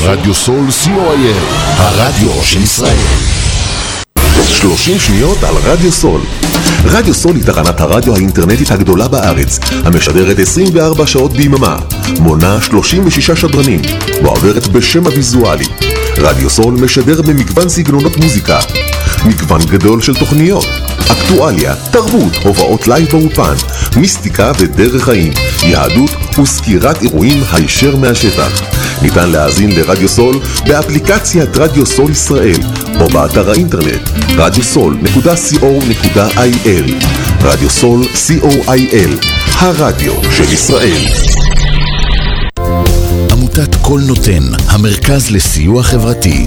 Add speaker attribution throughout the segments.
Speaker 1: רדיו סול. רדיו סול co.il, הרדיו של ישראל.
Speaker 2: 30 שניות על רדיו סול. רדיו סול היא תחנת הרדיו האינטרנטית הגדולה בארץ, המשדרת 24 שעות ביממה, מונה 36 שדרנים, מועברת בשם הוויזואלי. רדיו סול משדר במגוון סגנונות מוזיקה, מגוון גדול של תוכניות, אקטואליה, תרבות, הובאות לייב באולפן, מיסטיקה ודרך חיים, יהדות וסקירת אירועים הישר מהשטח. ניתן להאזין לרדיו סול באפליקציית רדיו סול ישראל או באתר האינטרנט radiosol.co.il רדיו סול co.il הרדיו של ישראל
Speaker 1: עמותת קול נותן, המרכז לסיוע חברתי.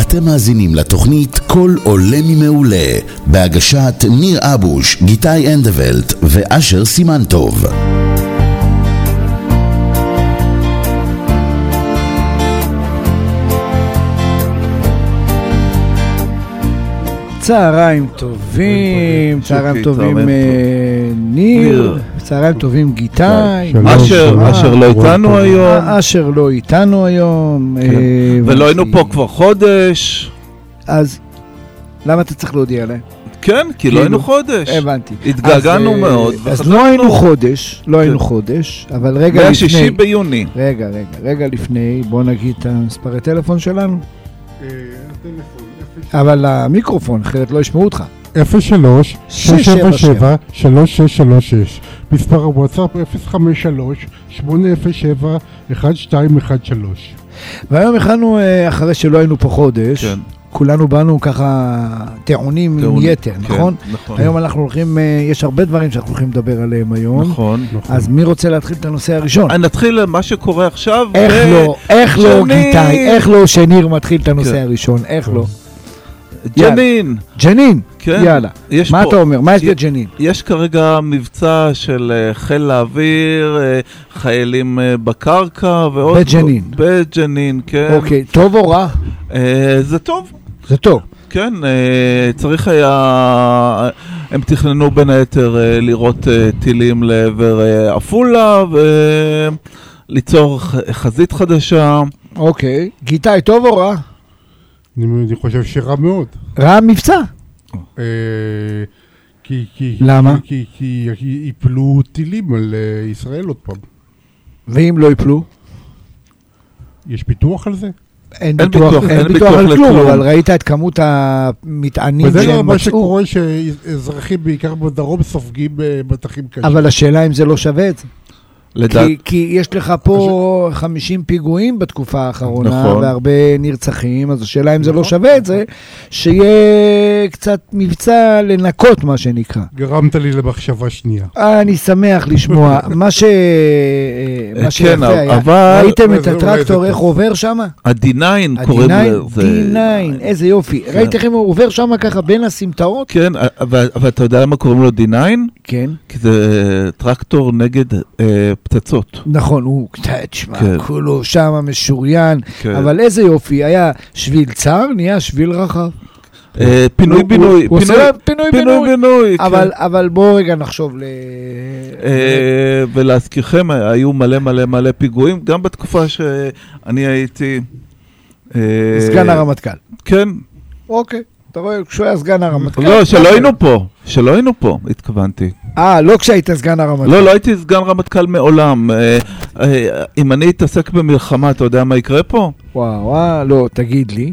Speaker 1: אתם מאזינים לתוכנית "קול עולה ממעולה" בהגשת ניר אבוש, גיתי אנדוולט ואשר סימנטוב.
Speaker 3: צהריים טובים, צהריים טובים
Speaker 4: צהריים
Speaker 3: אה, ניר,
Speaker 4: ניר.
Speaker 3: צהריים טובים גיתי,
Speaker 5: שלום,
Speaker 4: אשר,
Speaker 5: שלום.
Speaker 4: אשר לא איתנו היום,
Speaker 3: אה, אשר לא איתנו היום, אה,
Speaker 4: ולא היינו
Speaker 3: ואני-
Speaker 4: פה כבר חודש.
Speaker 3: אז למה אתה צריך להודיע להם?
Speaker 4: כן, כי
Speaker 3: כאילו,
Speaker 4: לא היינו חודש.
Speaker 3: הבנתי.
Speaker 4: התגעגענו
Speaker 3: אז, אה,
Speaker 4: מאוד, כן.
Speaker 3: אז
Speaker 4: וחזרנו.
Speaker 3: לא היינו חודש, לא היינו חודש, אבל רגע לפני,
Speaker 4: 160 ביוני.
Speaker 3: רגע, רגע, רגע לפני, בוא נגיד את המספרי טלפון שלנו, אבל המיקרופון, אחרת לא ישמעו אותך.
Speaker 5: 03
Speaker 3: 677.
Speaker 5: 677 3636 מספר הוואטסאפ 053 807 1213
Speaker 3: והיום הכנו, אה, אחרי שלא היינו פה חודש,
Speaker 4: כן,
Speaker 3: כולנו באנו ככה טעונים עם
Speaker 4: טעונים.
Speaker 3: יתר,
Speaker 4: כן,
Speaker 3: נכון?
Speaker 4: נכון.
Speaker 3: היום אנחנו הולכים, אה, יש הרבה דברים שאנחנו הולכים לדבר עליהם היום.
Speaker 4: נכון.
Speaker 3: אז מי רוצה להתחיל את הנושא הראשון?
Speaker 4: אה, נתחיל מה שקורה עכשיו.
Speaker 3: איך
Speaker 4: ו-
Speaker 3: לא, איך לא,
Speaker 4: ג'נין.
Speaker 3: גיטאי, איך לא שניר מתחיל את הנושא
Speaker 4: כן.
Speaker 3: הראשון, איך לא.
Speaker 4: ג'נין.
Speaker 3: ג'נין,
Speaker 4: כן.
Speaker 3: יאללה.
Speaker 4: יש
Speaker 3: מה
Speaker 4: פה-
Speaker 3: אתה אומר? מה יש
Speaker 4: י-
Speaker 3: בג'נין?
Speaker 4: יש כרגע מבצע של אה, חיל האוויר, אה, חיילים אה, בקרקע ועוד...
Speaker 3: בג'נין.
Speaker 4: בג'נין, כן.
Speaker 3: אוקיי, טוב או רע?
Speaker 4: אה, זה טוב.
Speaker 3: זה טוב.
Speaker 4: כן, אה, צריך היה... הם תכננו בין היתר אה, לירות אה, טילים לעבר אה, עפולה וליצור חזית חדשה.
Speaker 3: אוקיי. גיטאי, טוב או רע?
Speaker 5: אני אני חושב שרע מאוד.
Speaker 3: רע מבצע.
Speaker 5: אה, כי- כי-
Speaker 3: למה?
Speaker 5: כי- כי כי ייפלו טילים על אה, ישראל עוד פעם.
Speaker 3: ואם לא יפלו?
Speaker 5: יש פיתוח על זה?
Speaker 3: אין
Speaker 4: אין
Speaker 3: ביטוח,
Speaker 4: ביטוח,
Speaker 3: אין
Speaker 4: אין
Speaker 3: ביטוח על
Speaker 4: ביטוח
Speaker 3: כלום,
Speaker 4: לכלום.
Speaker 3: אבל ראית את כמות המטענים
Speaker 5: וזה לא
Speaker 3: שהם
Speaker 5: מה
Speaker 3: מצאו,
Speaker 5: שקורה שאזרחים בעיקר בדרום סופגים אה, מטחים קשים.
Speaker 3: אבל השאלה אם זה לא שווה את זה.
Speaker 4: לדעת...
Speaker 3: כי, כי יש לך פה 50 פיגועים בתקופה האחרונה, נכון.
Speaker 4: נכון.
Speaker 3: והרבה נרצחים, אז השאלה אם זה לא
Speaker 5: נכון.
Speaker 3: שווה את זה, שיהיה קצת מבצע לנקות, מה שנקרא.
Speaker 5: גרמת לי למחשבה שנייה.
Speaker 3: אה, אני שמח לשמוע. מה ש... אה, מה
Speaker 4: כן,
Speaker 3: שיפה היה,
Speaker 4: אבל-
Speaker 3: ראיתם
Speaker 5: אולי
Speaker 3: את
Speaker 5: זה- אולי
Speaker 3: הטרקטור,
Speaker 5: זה
Speaker 3: איך
Speaker 5: טוב.
Speaker 3: עובר שם?
Speaker 4: ה-D9 קוראים
Speaker 3: ה-D9,
Speaker 4: לזה.
Speaker 3: D9, איזה יופי. ראית איך הוא עובר שם ככה בין הסמטאות?
Speaker 4: כן, אבל אבל אתה יודע למה קוראים לו D9?
Speaker 3: כן.
Speaker 4: כי זה אה, טרקטור נגד אה, פצצות.
Speaker 3: נכון, הוא, תשמע,
Speaker 4: כן.
Speaker 3: כולו שם משוריין,
Speaker 4: כן.
Speaker 3: אבל איזה יופי, היה שביל צר, נהיה שביל רחב.
Speaker 4: אה, פינוי-בינוי.
Speaker 3: הוא עושה
Speaker 4: פינוי-
Speaker 3: להם פינוי בינוי.
Speaker 4: פינוי-בינוי. כן.
Speaker 3: אבל, אבל בואו רגע נחשוב ל...
Speaker 4: אה, ולהזכירכם, היו מלא מלא מלא פיגועים, גם בתקופה שאני הייתי... אה,
Speaker 3: סגן הרמטכ"ל.
Speaker 4: כן,
Speaker 3: אוקיי, אתה רואה, כשהוא היה סגן הרמטכ"ל.
Speaker 4: לא, שלא היינו פה, שלא היינו פה, התכוונתי.
Speaker 3: אה, לא כשהיית סגן הרמטכ"ל.
Speaker 4: לא, לא הייתי סגן רמטכ"ל מעולם. אה, אה, אם אני אתעסק במלחמה, אתה יודע מה יקרה פה?
Speaker 3: וואו, וואו, לא, תגיד לי.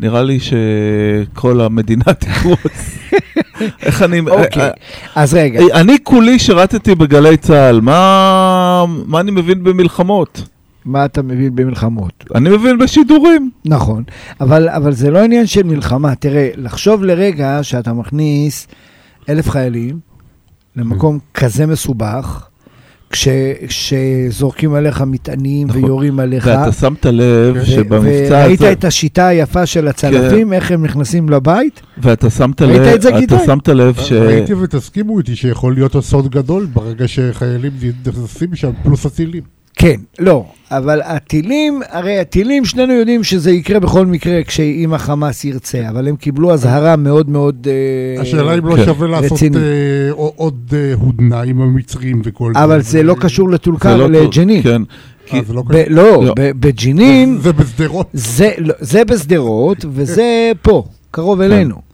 Speaker 4: נראה לי שכל המדינה תקרוס. איך אני...
Speaker 3: אוקיי,
Speaker 4: אה,
Speaker 3: אז רגע.
Speaker 4: אה, אני כולי שירתתי בגלי צה"ל, מה מה אני מבין במלחמות?
Speaker 3: מה אתה מבין במלחמות?
Speaker 4: אני מבין בשידורים.
Speaker 3: נכון, אבל, אבל זה לא עניין של מלחמה. תראה, לחשוב לרגע שאתה מכניס אלף חיילים למקום
Speaker 4: Mm.
Speaker 3: כזה מסובך, כש, כשזורקים עליך מטענים
Speaker 4: נכון.
Speaker 3: נכון. ויורים עליך.
Speaker 4: ואתה שמת לב
Speaker 3: ו-
Speaker 4: שבמבצע
Speaker 3: וראית
Speaker 4: הזה... כן.
Speaker 3: את השיטה היפה של הצלפים, איך הם נכנסים לבית?
Speaker 4: ואתה שמת
Speaker 3: ראית
Speaker 4: לב...
Speaker 3: את זה,
Speaker 4: אתה
Speaker 3: גידי?
Speaker 4: שמת לב ש...
Speaker 5: אה, ראיתי ותסכימו איתי שיכול להיות אסון גדול ברגע שחיילים נכנסים שם, פלוס הטילים.
Speaker 3: כן, לא, אבל הטילים, הרי הטילים, שנינו יודעים שזה יקרה בכל מקרה כשאם החמאס ירצה, אבל הם קיבלו אזהרה מאוד מאוד... אה,
Speaker 5: השאלה אם
Speaker 4: כן.
Speaker 5: לא שווה לעשות
Speaker 3: רציני.
Speaker 5: אה, ע- עוד אה, הודנה עם המצרים וכל
Speaker 3: אבל זה לא קשור לטול
Speaker 4: זה
Speaker 3: כרם,
Speaker 4: לא טוב.
Speaker 3: לג'נין.
Speaker 4: כן.
Speaker 5: אה, זה לא
Speaker 3: ב-
Speaker 5: קשור.
Speaker 3: לא,
Speaker 4: לא.
Speaker 3: ב- בג'נין,
Speaker 5: זה בשדרות.
Speaker 3: זה לא- זה בשדרות וזה פה, קרוב
Speaker 4: כן.
Speaker 3: אלינו.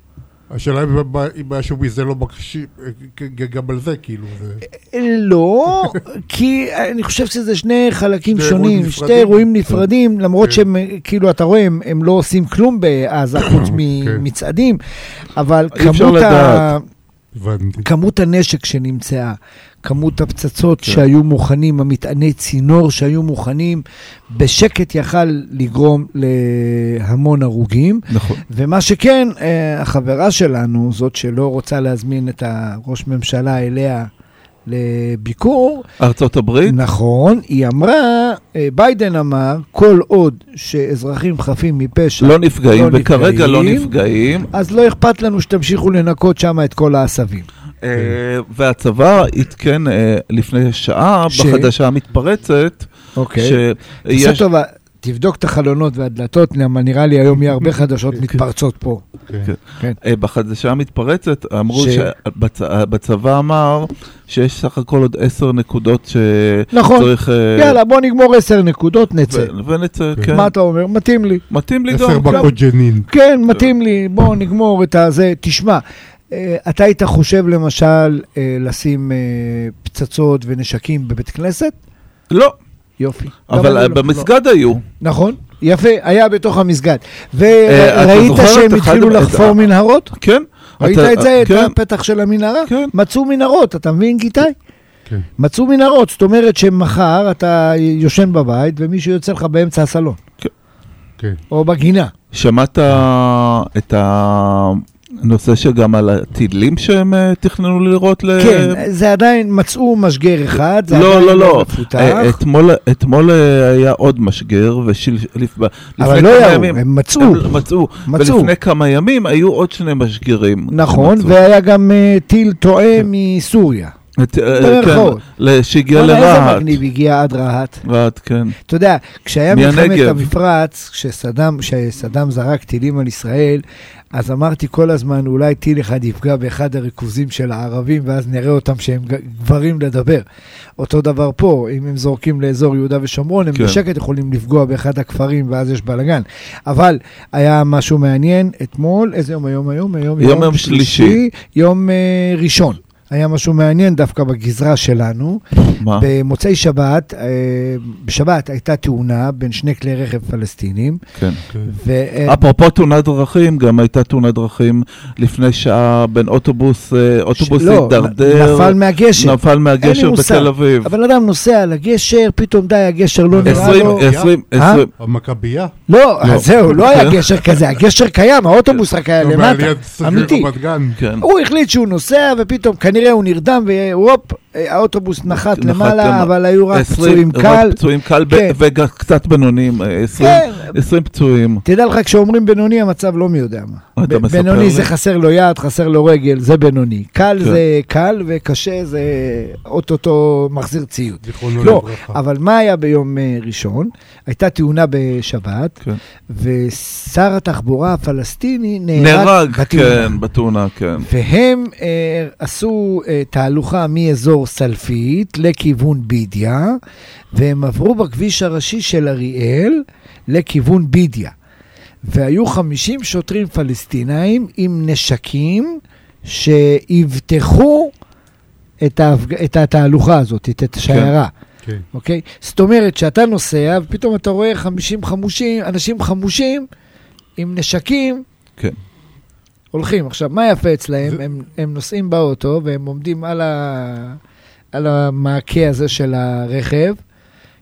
Speaker 5: השאלה אם ב- אם משהו מזה לא מקשיב, אה, ג- גם על זה כאילו. זה-
Speaker 3: לא, כי אני חושב שזה שני חלקים
Speaker 5: שני
Speaker 3: שונים,
Speaker 5: אירועים
Speaker 3: שתי
Speaker 5: נפרדים.
Speaker 3: אירועים נפרדים, למרות
Speaker 5: כן.
Speaker 3: שהם, אה, כאילו, אתה רואה, הם- הם לא עושים כלום בעזה חוץ ממצעדים, אבל
Speaker 4: אי אפשר
Speaker 3: כמות ה...
Speaker 4: לדעת.
Speaker 5: הבנתי.
Speaker 3: כמות הנשק שנמצאה, כמות הפצצות כן. שהיו מוכנים, המטעני צינור שהיו מוכנים, בשקט יכל לגרום להמון הרוגים.
Speaker 4: נכון.
Speaker 3: ומה שכן, אה, החברה שלנו, זאת שלא רוצה להזמין את הראש ממשלה אליה לביקור,
Speaker 4: ארצות הברית?
Speaker 3: נכון, היא אמרה, אה, ביידן אמר, כל עוד שאזרחים חפים מפשע
Speaker 4: לא נפגעים,
Speaker 3: לא
Speaker 4: וכרגע לא
Speaker 3: נפגעים.
Speaker 4: נפגעים.
Speaker 3: אז לא אכפת לנו שתמשיכו לנקות שם את כל העשבים.
Speaker 4: אה, והצבא עדכן אה, לפני שעה
Speaker 3: ש-
Speaker 4: בחדשה המתפרצת,
Speaker 3: אוקיי. תעשה
Speaker 4: שיש...
Speaker 3: טובה, תבדוק את החלונות והדלתות, למה נראה לי היום יהיה הרבה
Speaker 4: כן,
Speaker 3: חדשות מתפרצות פה.
Speaker 4: אה, בחדשה המתפרצת אמרו
Speaker 3: ש-
Speaker 4: שבצבא אמר שיש סך הכל עוד עשר נקודות
Speaker 3: נכון.
Speaker 4: שצריך... אה,
Speaker 3: יאללה, בוא נגמור עשר נקודות, נצא.
Speaker 4: ו- ונצא, כן.
Speaker 3: מה אתה אומר? מתאים לי.
Speaker 4: מתאים לי
Speaker 5: עשר
Speaker 4: גם. כן.
Speaker 5: מכות ג'נין.
Speaker 3: כן, מתאים לי, בוא נגמור את הזה. תשמע, אה, אתה היית חושב למשל אה, לשים אה, פצצות ונשקים בבית כנסת?
Speaker 4: לא,
Speaker 3: יופי. גם
Speaker 4: אבל
Speaker 3: אני
Speaker 4: אה,
Speaker 3: לא.
Speaker 4: במסגד היו.
Speaker 3: נכון, יפה, היה בתוך המסגד.
Speaker 4: אה, אתה
Speaker 3: וראית
Speaker 4: זוכר
Speaker 3: שהם
Speaker 4: את אחד-
Speaker 3: התחילו
Speaker 4: את-
Speaker 3: לחפור מנהרות?
Speaker 4: כן.
Speaker 3: ראית
Speaker 4: אתה-
Speaker 3: את זה, את
Speaker 4: כן.
Speaker 3: הפתח של המנהרה?
Speaker 4: כן.
Speaker 3: מצאו מנהרות, אתה מבין, גיטאי?
Speaker 5: כן.
Speaker 3: מצאו מנהרות, זאת אומרת שמחר אתה יושן בבית ומישהו יוצא לך באמצע הסלון.
Speaker 4: כן.
Speaker 5: כן.
Speaker 3: או בגינה.
Speaker 4: שמעת את הנושא שגם על הטילים שהם אה, תכננו לראות? ל-
Speaker 3: כן, זה עדיין, מצאו משגר אחד, זה
Speaker 4: אה, לא,
Speaker 3: עדיין
Speaker 4: לא, לא.
Speaker 3: מפותח,
Speaker 4: אה, אתמול- אתמול אה, היה עוד משגר, ולפני
Speaker 3: אבל לא ירו, הם מצאו.
Speaker 4: הם מצאו.
Speaker 3: מצאו.
Speaker 4: ולפני כמה ימים היו עוד שני משגרים.
Speaker 3: נכון,
Speaker 4: שמצאו.
Speaker 3: והיה גם אה, טיל
Speaker 4: כן.
Speaker 3: טועה מסוריה.
Speaker 4: את- אה,
Speaker 3: במרכאות.
Speaker 4: כן, ל- שהגיע
Speaker 3: וואלה, איזה
Speaker 4: לרהט.
Speaker 3: מגניב הגיע עד רהט.
Speaker 4: רהט, כן.
Speaker 3: אתה יודע, כשהיה מלחמת
Speaker 4: מהנגב.
Speaker 3: המפרץ, כשסדאם, כשסדאם זרק טילים על ישראל, אז אמרתי כל הזמן, אולי טיל אחד יפגע באחד הריכוזים של הערבים, ואז נראה אותם שהם ג- גברים לדבר. אותו דבר פה, אם הם זורקים לאזור יהודה ושומרון, הם
Speaker 4: כן.
Speaker 3: בשקט יכולים לפגוע באחד הכפרים, ואז יש בלאגן. אבל היה משהו מעניין אתמול, איזה יום היום היום? היום
Speaker 4: יום יום שלישי.
Speaker 3: יום אה, ראשון. היה משהו מעניין דווקא בגזרה שלנו.
Speaker 4: מה?
Speaker 3: במוצאי שבת, אה, בשבת הייתה תאונה בין שני כלי רכב פלסטינים,
Speaker 4: כן.
Speaker 3: ו- אה,
Speaker 4: אפרופו תאונת דרכים, גם הייתה תאונת דרכים לפני שעה בין אוטובוס, אה, אוטובוס
Speaker 3: לא,
Speaker 4: הידרדר,
Speaker 3: נפל מהגשר.
Speaker 4: נפל
Speaker 3: אין לי
Speaker 4: מהגשר
Speaker 3: מושג.
Speaker 4: בתל אביב.
Speaker 3: הבן אדם נוסע על הגשר, פתאום די, הגשר לא נראה
Speaker 4: 20,
Speaker 3: לו.
Speaker 4: 20,
Speaker 3: אה?
Speaker 4: 20,
Speaker 5: המכבייה?
Speaker 3: לא, אז זהו, לא היה
Speaker 4: כן.
Speaker 3: גשר כזה, הגשר קיים, האוטובוס רק היה
Speaker 5: לא,
Speaker 3: למטה,
Speaker 5: בעליית סגר לא
Speaker 3: אמיתי.
Speaker 5: רמת גן.
Speaker 4: כן.
Speaker 3: הוא החליט שהוא נוסע, ופתאום כנראה הוא נרדם, והופ, אה, האוטובוס נחת
Speaker 4: נחת
Speaker 3: למעלה,
Speaker 4: למעלה.
Speaker 3: אבל היו רק
Speaker 4: 20,
Speaker 3: פצועים
Speaker 4: רק
Speaker 3: קל.
Speaker 4: פצועים קל ב-
Speaker 3: כן.
Speaker 4: וגם קצת בינוניים, אה, 20
Speaker 3: כן.
Speaker 4: 20 פצועים.
Speaker 3: תדע לך, כשאומרים בינוני, המצב לא מי יודע מה.
Speaker 4: אתה
Speaker 3: ב-
Speaker 4: מספר
Speaker 3: בינוני
Speaker 4: לי?
Speaker 3: זה חסר לו יד, חסר לו רגל, זה בינוני. קל
Speaker 4: כן.
Speaker 3: זה קל וקשה זה אוטוטו מחזיר ציוד.
Speaker 5: זיכרונו
Speaker 3: לא,
Speaker 5: לברכה.
Speaker 3: אבל מה היה ביום אה, ראשון? הייתה תאונה בשבת,
Speaker 4: כן.
Speaker 3: ושר התחבורה הפלסטיני נהרג
Speaker 4: נהרג,
Speaker 3: אה, בתאונה.
Speaker 4: כן, בתאונה, כן.
Speaker 3: והם אה, עשו אה, תהלוכה מאזור סלפית לכיוון בידיה, והם עברו בכביש הראשי של אריאל לכיוון בידיה. והיו 50 שוטרים פלסטינאים עם נשקים שיבטחו את, ההפג... את התהלוכה הזאת, את את השיירה.
Speaker 5: כן.
Speaker 3: אוקיי? זאת אומרת, שאתה נוסע, ופתאום אתה רואה 50 חמושים, אנשים חמושים עם נשקים.
Speaker 4: כן.
Speaker 3: הולכים. עכשיו, מה יפה אצלהם?
Speaker 5: זה-
Speaker 3: הם, הם נוסעים באוטו והם עומדים על, ה... על המעקה הזה של הרכב,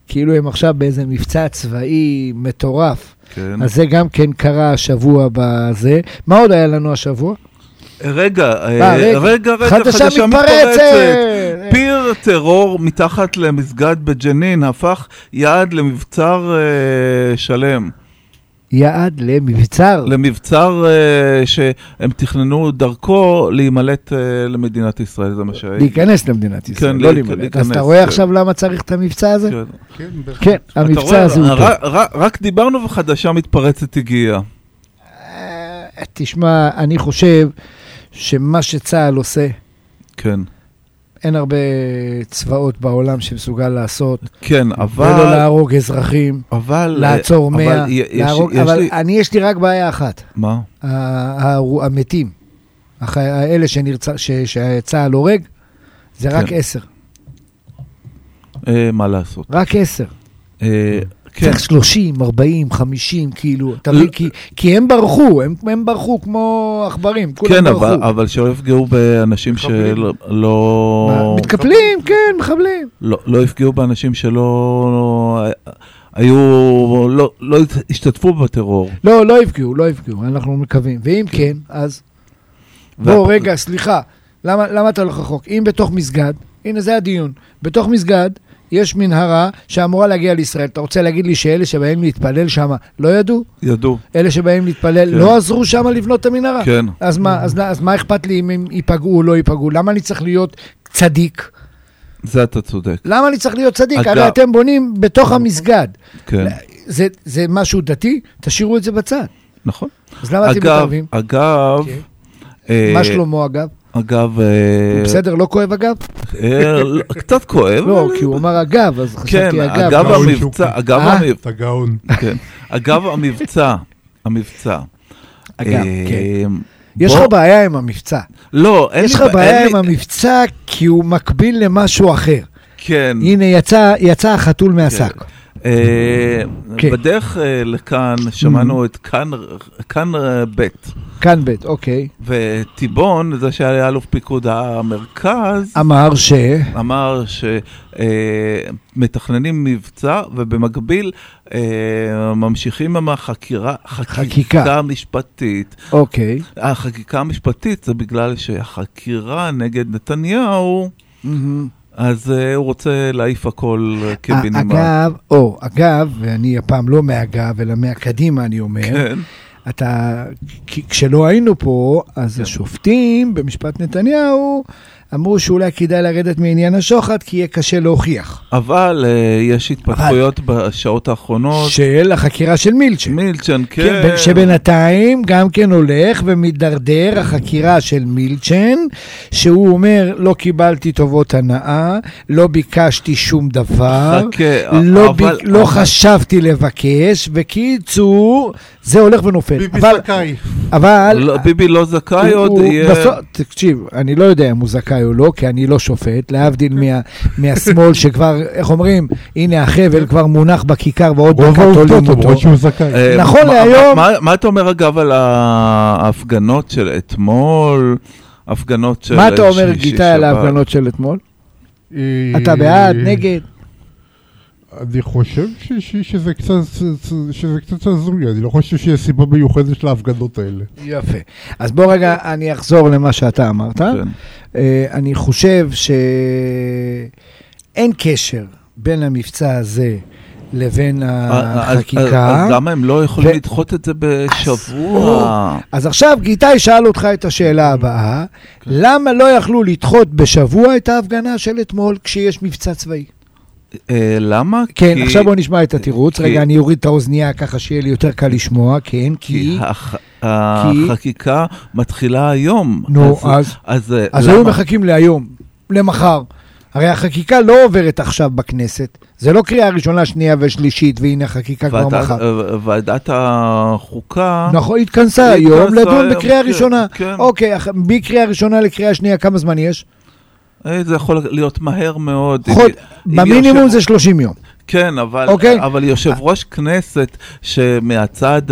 Speaker 3: כאילו הם עכשיו באיזה מבצע צבאי מטורף.
Speaker 4: כן.
Speaker 3: אז זה גם כן קרה השבוע בזה. מה עוד היה לנו השבוע?
Speaker 4: רגע,
Speaker 3: אה,
Speaker 4: אה, רגע, רגע, חדשה מתפרצת.
Speaker 3: מתפרצת!
Speaker 4: פיר טרור מתחת למסגד בג'נין הפך יעד למבצר אה, שלם.
Speaker 3: יעד למבצר.
Speaker 4: למבצר אה, שהם תכננו דרכו להימלט אה, למדינת ישראל, זה מה שהיה.
Speaker 3: להיכנס למדינת ישראל,
Speaker 4: כן,
Speaker 3: לא
Speaker 4: להיכ-
Speaker 3: להימלט. אז
Speaker 4: להיכנס,
Speaker 3: אתה רואה
Speaker 4: כן.
Speaker 3: עכשיו למה צריך את המבצע הזה?
Speaker 4: כן.
Speaker 5: כן, בהחלט.
Speaker 3: כן,
Speaker 4: אתה רואה,
Speaker 3: המבצע הזה הוא טוב.
Speaker 4: רק- רק- רק דיברנו וחדשה מתפרצת הגיעה.
Speaker 3: אה, תשמע, אני חושב שמה שצה"ל עושה,
Speaker 4: כן.
Speaker 3: אין הרבה צבאות בעולם שמסוגל לעשות,
Speaker 4: כן,
Speaker 3: ולא
Speaker 4: אבל...
Speaker 3: להרוג אזרחים,
Speaker 4: אבל...
Speaker 3: לעצור
Speaker 4: אבל
Speaker 3: 100,
Speaker 4: י- יש-
Speaker 3: להרוג,
Speaker 4: יש
Speaker 3: אבל
Speaker 4: לי-
Speaker 3: אני, יש לי רק בעיה אחת,
Speaker 4: מה?
Speaker 3: ה- ה- המתים, הח- האלה שנרצ- ש- שצה"ל הורג, זה רק
Speaker 4: כן.
Speaker 3: עשר,
Speaker 4: אה, מה לעשות?
Speaker 3: רק עשר.
Speaker 4: אה, כן.
Speaker 3: צריך 30, 40, 50, כאילו, אתה
Speaker 4: לא-
Speaker 3: מבין? כי- כי הם ברחו, הם- הם ברחו כמו עכברים, כולם
Speaker 4: כן, אבל,
Speaker 3: ברחו.
Speaker 4: אבל שלא יפגעו באנשים
Speaker 5: מחבלים.
Speaker 4: שלא... לא,
Speaker 3: מה, מתקפלים, כן, מחבלים.
Speaker 4: לא, לא יפגעו באנשים שלא... היו... לא, לא השתתפו בטרור.
Speaker 3: לא, לא יפגעו, לא יפגעו, אנחנו מקווים. ואם כן, אז בוא,
Speaker 4: וה-
Speaker 3: רגע, סליחה, למה, למה אתה הולך רחוק? אם בתוך מסגד, הנה זה הדיון, בתוך מסגד יש מנהרה שאמורה להגיע לישראל. אתה רוצה להגיד לי שאלה שבאים להתפלל שם לא ידעו?
Speaker 4: ידעו,
Speaker 3: אלה שבאים להתפלל
Speaker 4: כן.
Speaker 3: לא עזרו שם לבנות את המנהרה?
Speaker 4: כן.
Speaker 3: אז מה, אז, אז מה אכפת לי אם הם ייפגעו או לא ייפגעו? למה אני צריך להיות צדיק?
Speaker 4: זה אתה צודק,
Speaker 3: למה אני צריך להיות צדיק?
Speaker 4: אגב-
Speaker 3: הרי אתם בונים בתוך המסגד.
Speaker 4: כן,
Speaker 3: זה, זה משהו דתי? תשאירו את זה בצד.
Speaker 4: נכון.
Speaker 3: אז למה אתם
Speaker 4: אגב,
Speaker 3: מתערבים?
Speaker 4: אגב...
Speaker 3: כן.
Speaker 4: אה,
Speaker 3: מה שלמה אגב?
Speaker 4: אגב, אה,
Speaker 3: הוא בסדר? לא כואב אגב?
Speaker 4: אה, לא, קצת כואב.
Speaker 3: לא,
Speaker 4: אבל-
Speaker 3: כי הוא אמר אגב, אז
Speaker 4: כן,
Speaker 3: חשבתי אגב.
Speaker 4: אגב
Speaker 3: אבל-
Speaker 5: אבל-
Speaker 4: המבצע, אגב
Speaker 3: אה?
Speaker 4: המבצע,
Speaker 5: אתה גאון.
Speaker 4: כן. אגב, המבצע, המבצע.
Speaker 3: אגב,
Speaker 4: אה,
Speaker 3: כן.
Speaker 4: בוא-
Speaker 3: יש לך בעיה עם המבצע.
Speaker 4: לא, אין לי...
Speaker 3: יש לך
Speaker 4: אין
Speaker 3: בעיה
Speaker 4: לי-
Speaker 3: עם המבצע כי הוא מקביל למשהו אחר.
Speaker 4: כן.
Speaker 3: הנה, יצא- יצא החתול מהשק.
Speaker 4: אה,
Speaker 3: כן.
Speaker 4: בדרך אה, לכאן שמענו את כאן- כאן אה, ב',
Speaker 3: כאן ב', אוקיי.
Speaker 4: וטיבון, זה שהיה אלוף פיקוד המרכז,
Speaker 3: אמר ש...
Speaker 4: אמר שמתכננים מבצע ובמקביל אה, ממשיכים עם החקירה,
Speaker 3: חקיקה.
Speaker 4: חקיקה משפטית.
Speaker 3: אוקיי.
Speaker 4: החקיקה המשפטית זה בגלל שהחקירה נגד נתניהו, אז אה, הוא רוצה להעיף הכל אה, כבנימה.
Speaker 3: אגב, או, אגב, ואני הפעם לא מהגב, אלא מהקדימה, אני אומר,
Speaker 4: כן,
Speaker 3: אתה, כי- כשלא היינו פה, אז
Speaker 4: כן.
Speaker 3: השופטים במשפט נתניהו אמרו שאולי כדאי לרדת מעניין השוחד, כי יהיה קשה להוכיח.
Speaker 4: אבל אה, יש התפתחויות בשעות האחרונות.
Speaker 3: של החקירה של מילצ'ן.
Speaker 4: מילצ'ן,
Speaker 3: כן,
Speaker 4: כן.
Speaker 3: ב- שבינתיים גם כן הולך ומידרדר החקירה של מילצ'ן, שהוא אומר, לא קיבלתי טובות הנאה, לא ביקשתי שום דבר,
Speaker 4: חכה,
Speaker 3: לא,
Speaker 4: אבל-
Speaker 3: ביק, לא
Speaker 4: אבל-
Speaker 3: חשבתי לבקש, בקיצור, זה הולך ונופל.
Speaker 5: ביבי
Speaker 3: אבל,
Speaker 5: זכאי.
Speaker 3: אבל
Speaker 4: לא, ביבי לא זכאי עוד
Speaker 3: הוא-
Speaker 4: יהיה...
Speaker 3: בסוף- תקשיב, אני לא יודע אם הוא זכאי או לא, כי אני לא שופט,
Speaker 4: כן.
Speaker 3: להבדיל מה, מהשמאל שכבר, איך אומרים, הנה החבל כבר מונח בכיכר ועוד
Speaker 5: רוב
Speaker 3: דקה
Speaker 5: העובדות
Speaker 3: תולים
Speaker 5: אומרות
Speaker 3: אותו.
Speaker 5: שהוא זכאי.
Speaker 4: אה,
Speaker 3: נכון
Speaker 4: מה-
Speaker 3: להיום-
Speaker 4: מה- מה אתה אומר אגב על ההפגנות של אתמול? הפגנות של...
Speaker 3: מה אתה אומר,
Speaker 4: שישי,
Speaker 3: גיטאי, על
Speaker 4: שבת?
Speaker 3: ההפגנות של אתמול?
Speaker 5: אה,
Speaker 3: אתה בעד, נגד?
Speaker 5: אני חושב ש- ש- שזה קצת- שזה קצת הזוי, אני לא חושב שיש סיבה מיוחדת להפגנות האלה.
Speaker 3: יפה. אז בוא רגע, אני אחזור למה שאתה אמרת.
Speaker 4: כן.
Speaker 3: אה, אני חושב שאין קשר בין המבצע הזה לבין
Speaker 4: אה, אז-
Speaker 3: החקיקה.
Speaker 4: אז למה הם לא יכולים
Speaker 3: ו-
Speaker 4: לדחות את זה בשבוע?
Speaker 3: או. אז עכשיו גיטאי שאל אותך את
Speaker 4: כן.
Speaker 3: השאלה הבאה, למה לא יכלו לדחות בשבוע את ההפגנה של אתמול כשיש מבצע צבאי?
Speaker 4: אה, למה?
Speaker 3: כן,
Speaker 4: כי-
Speaker 3: עכשיו בוא נשמע את התירוץ.
Speaker 4: כי-
Speaker 3: רגע, אני אוריד את האוזנייה ככה שיהיה לי יותר קל לשמוע, כן,
Speaker 4: כי
Speaker 3: כי...
Speaker 4: הח- החקיקה מתחילה היום.
Speaker 3: נו, אז...
Speaker 4: אז אה,
Speaker 3: אז
Speaker 4: למה-
Speaker 3: היו מחכים להיום, למחר, הרי החקיקה לא עוברת עכשיו בכנסת, זה לא קריאה ראשונה, שנייה ושלישית, והנה החקיקה כבר
Speaker 4: ועדת-
Speaker 3: מחר.
Speaker 4: ו- ועדת החוקה,
Speaker 3: נכון, התכנסה היום
Speaker 4: אה? התכנסה
Speaker 3: לדון
Speaker 4: היום,
Speaker 3: בקריאה
Speaker 4: כן,
Speaker 3: ראשונה.
Speaker 4: כן.
Speaker 3: אוקיי, אח- מקריאה ראשונה לקריאה שנייה, כמה זמן יש?
Speaker 4: אה, זה יכול להיות מהר מאוד.
Speaker 3: חוד-
Speaker 4: אם- אם
Speaker 3: במינימום
Speaker 4: יושב-
Speaker 3: זה 30 יום.
Speaker 4: כן, אבל,
Speaker 3: אוקיי.
Speaker 4: אבל יושב ראש כנסת שמהצד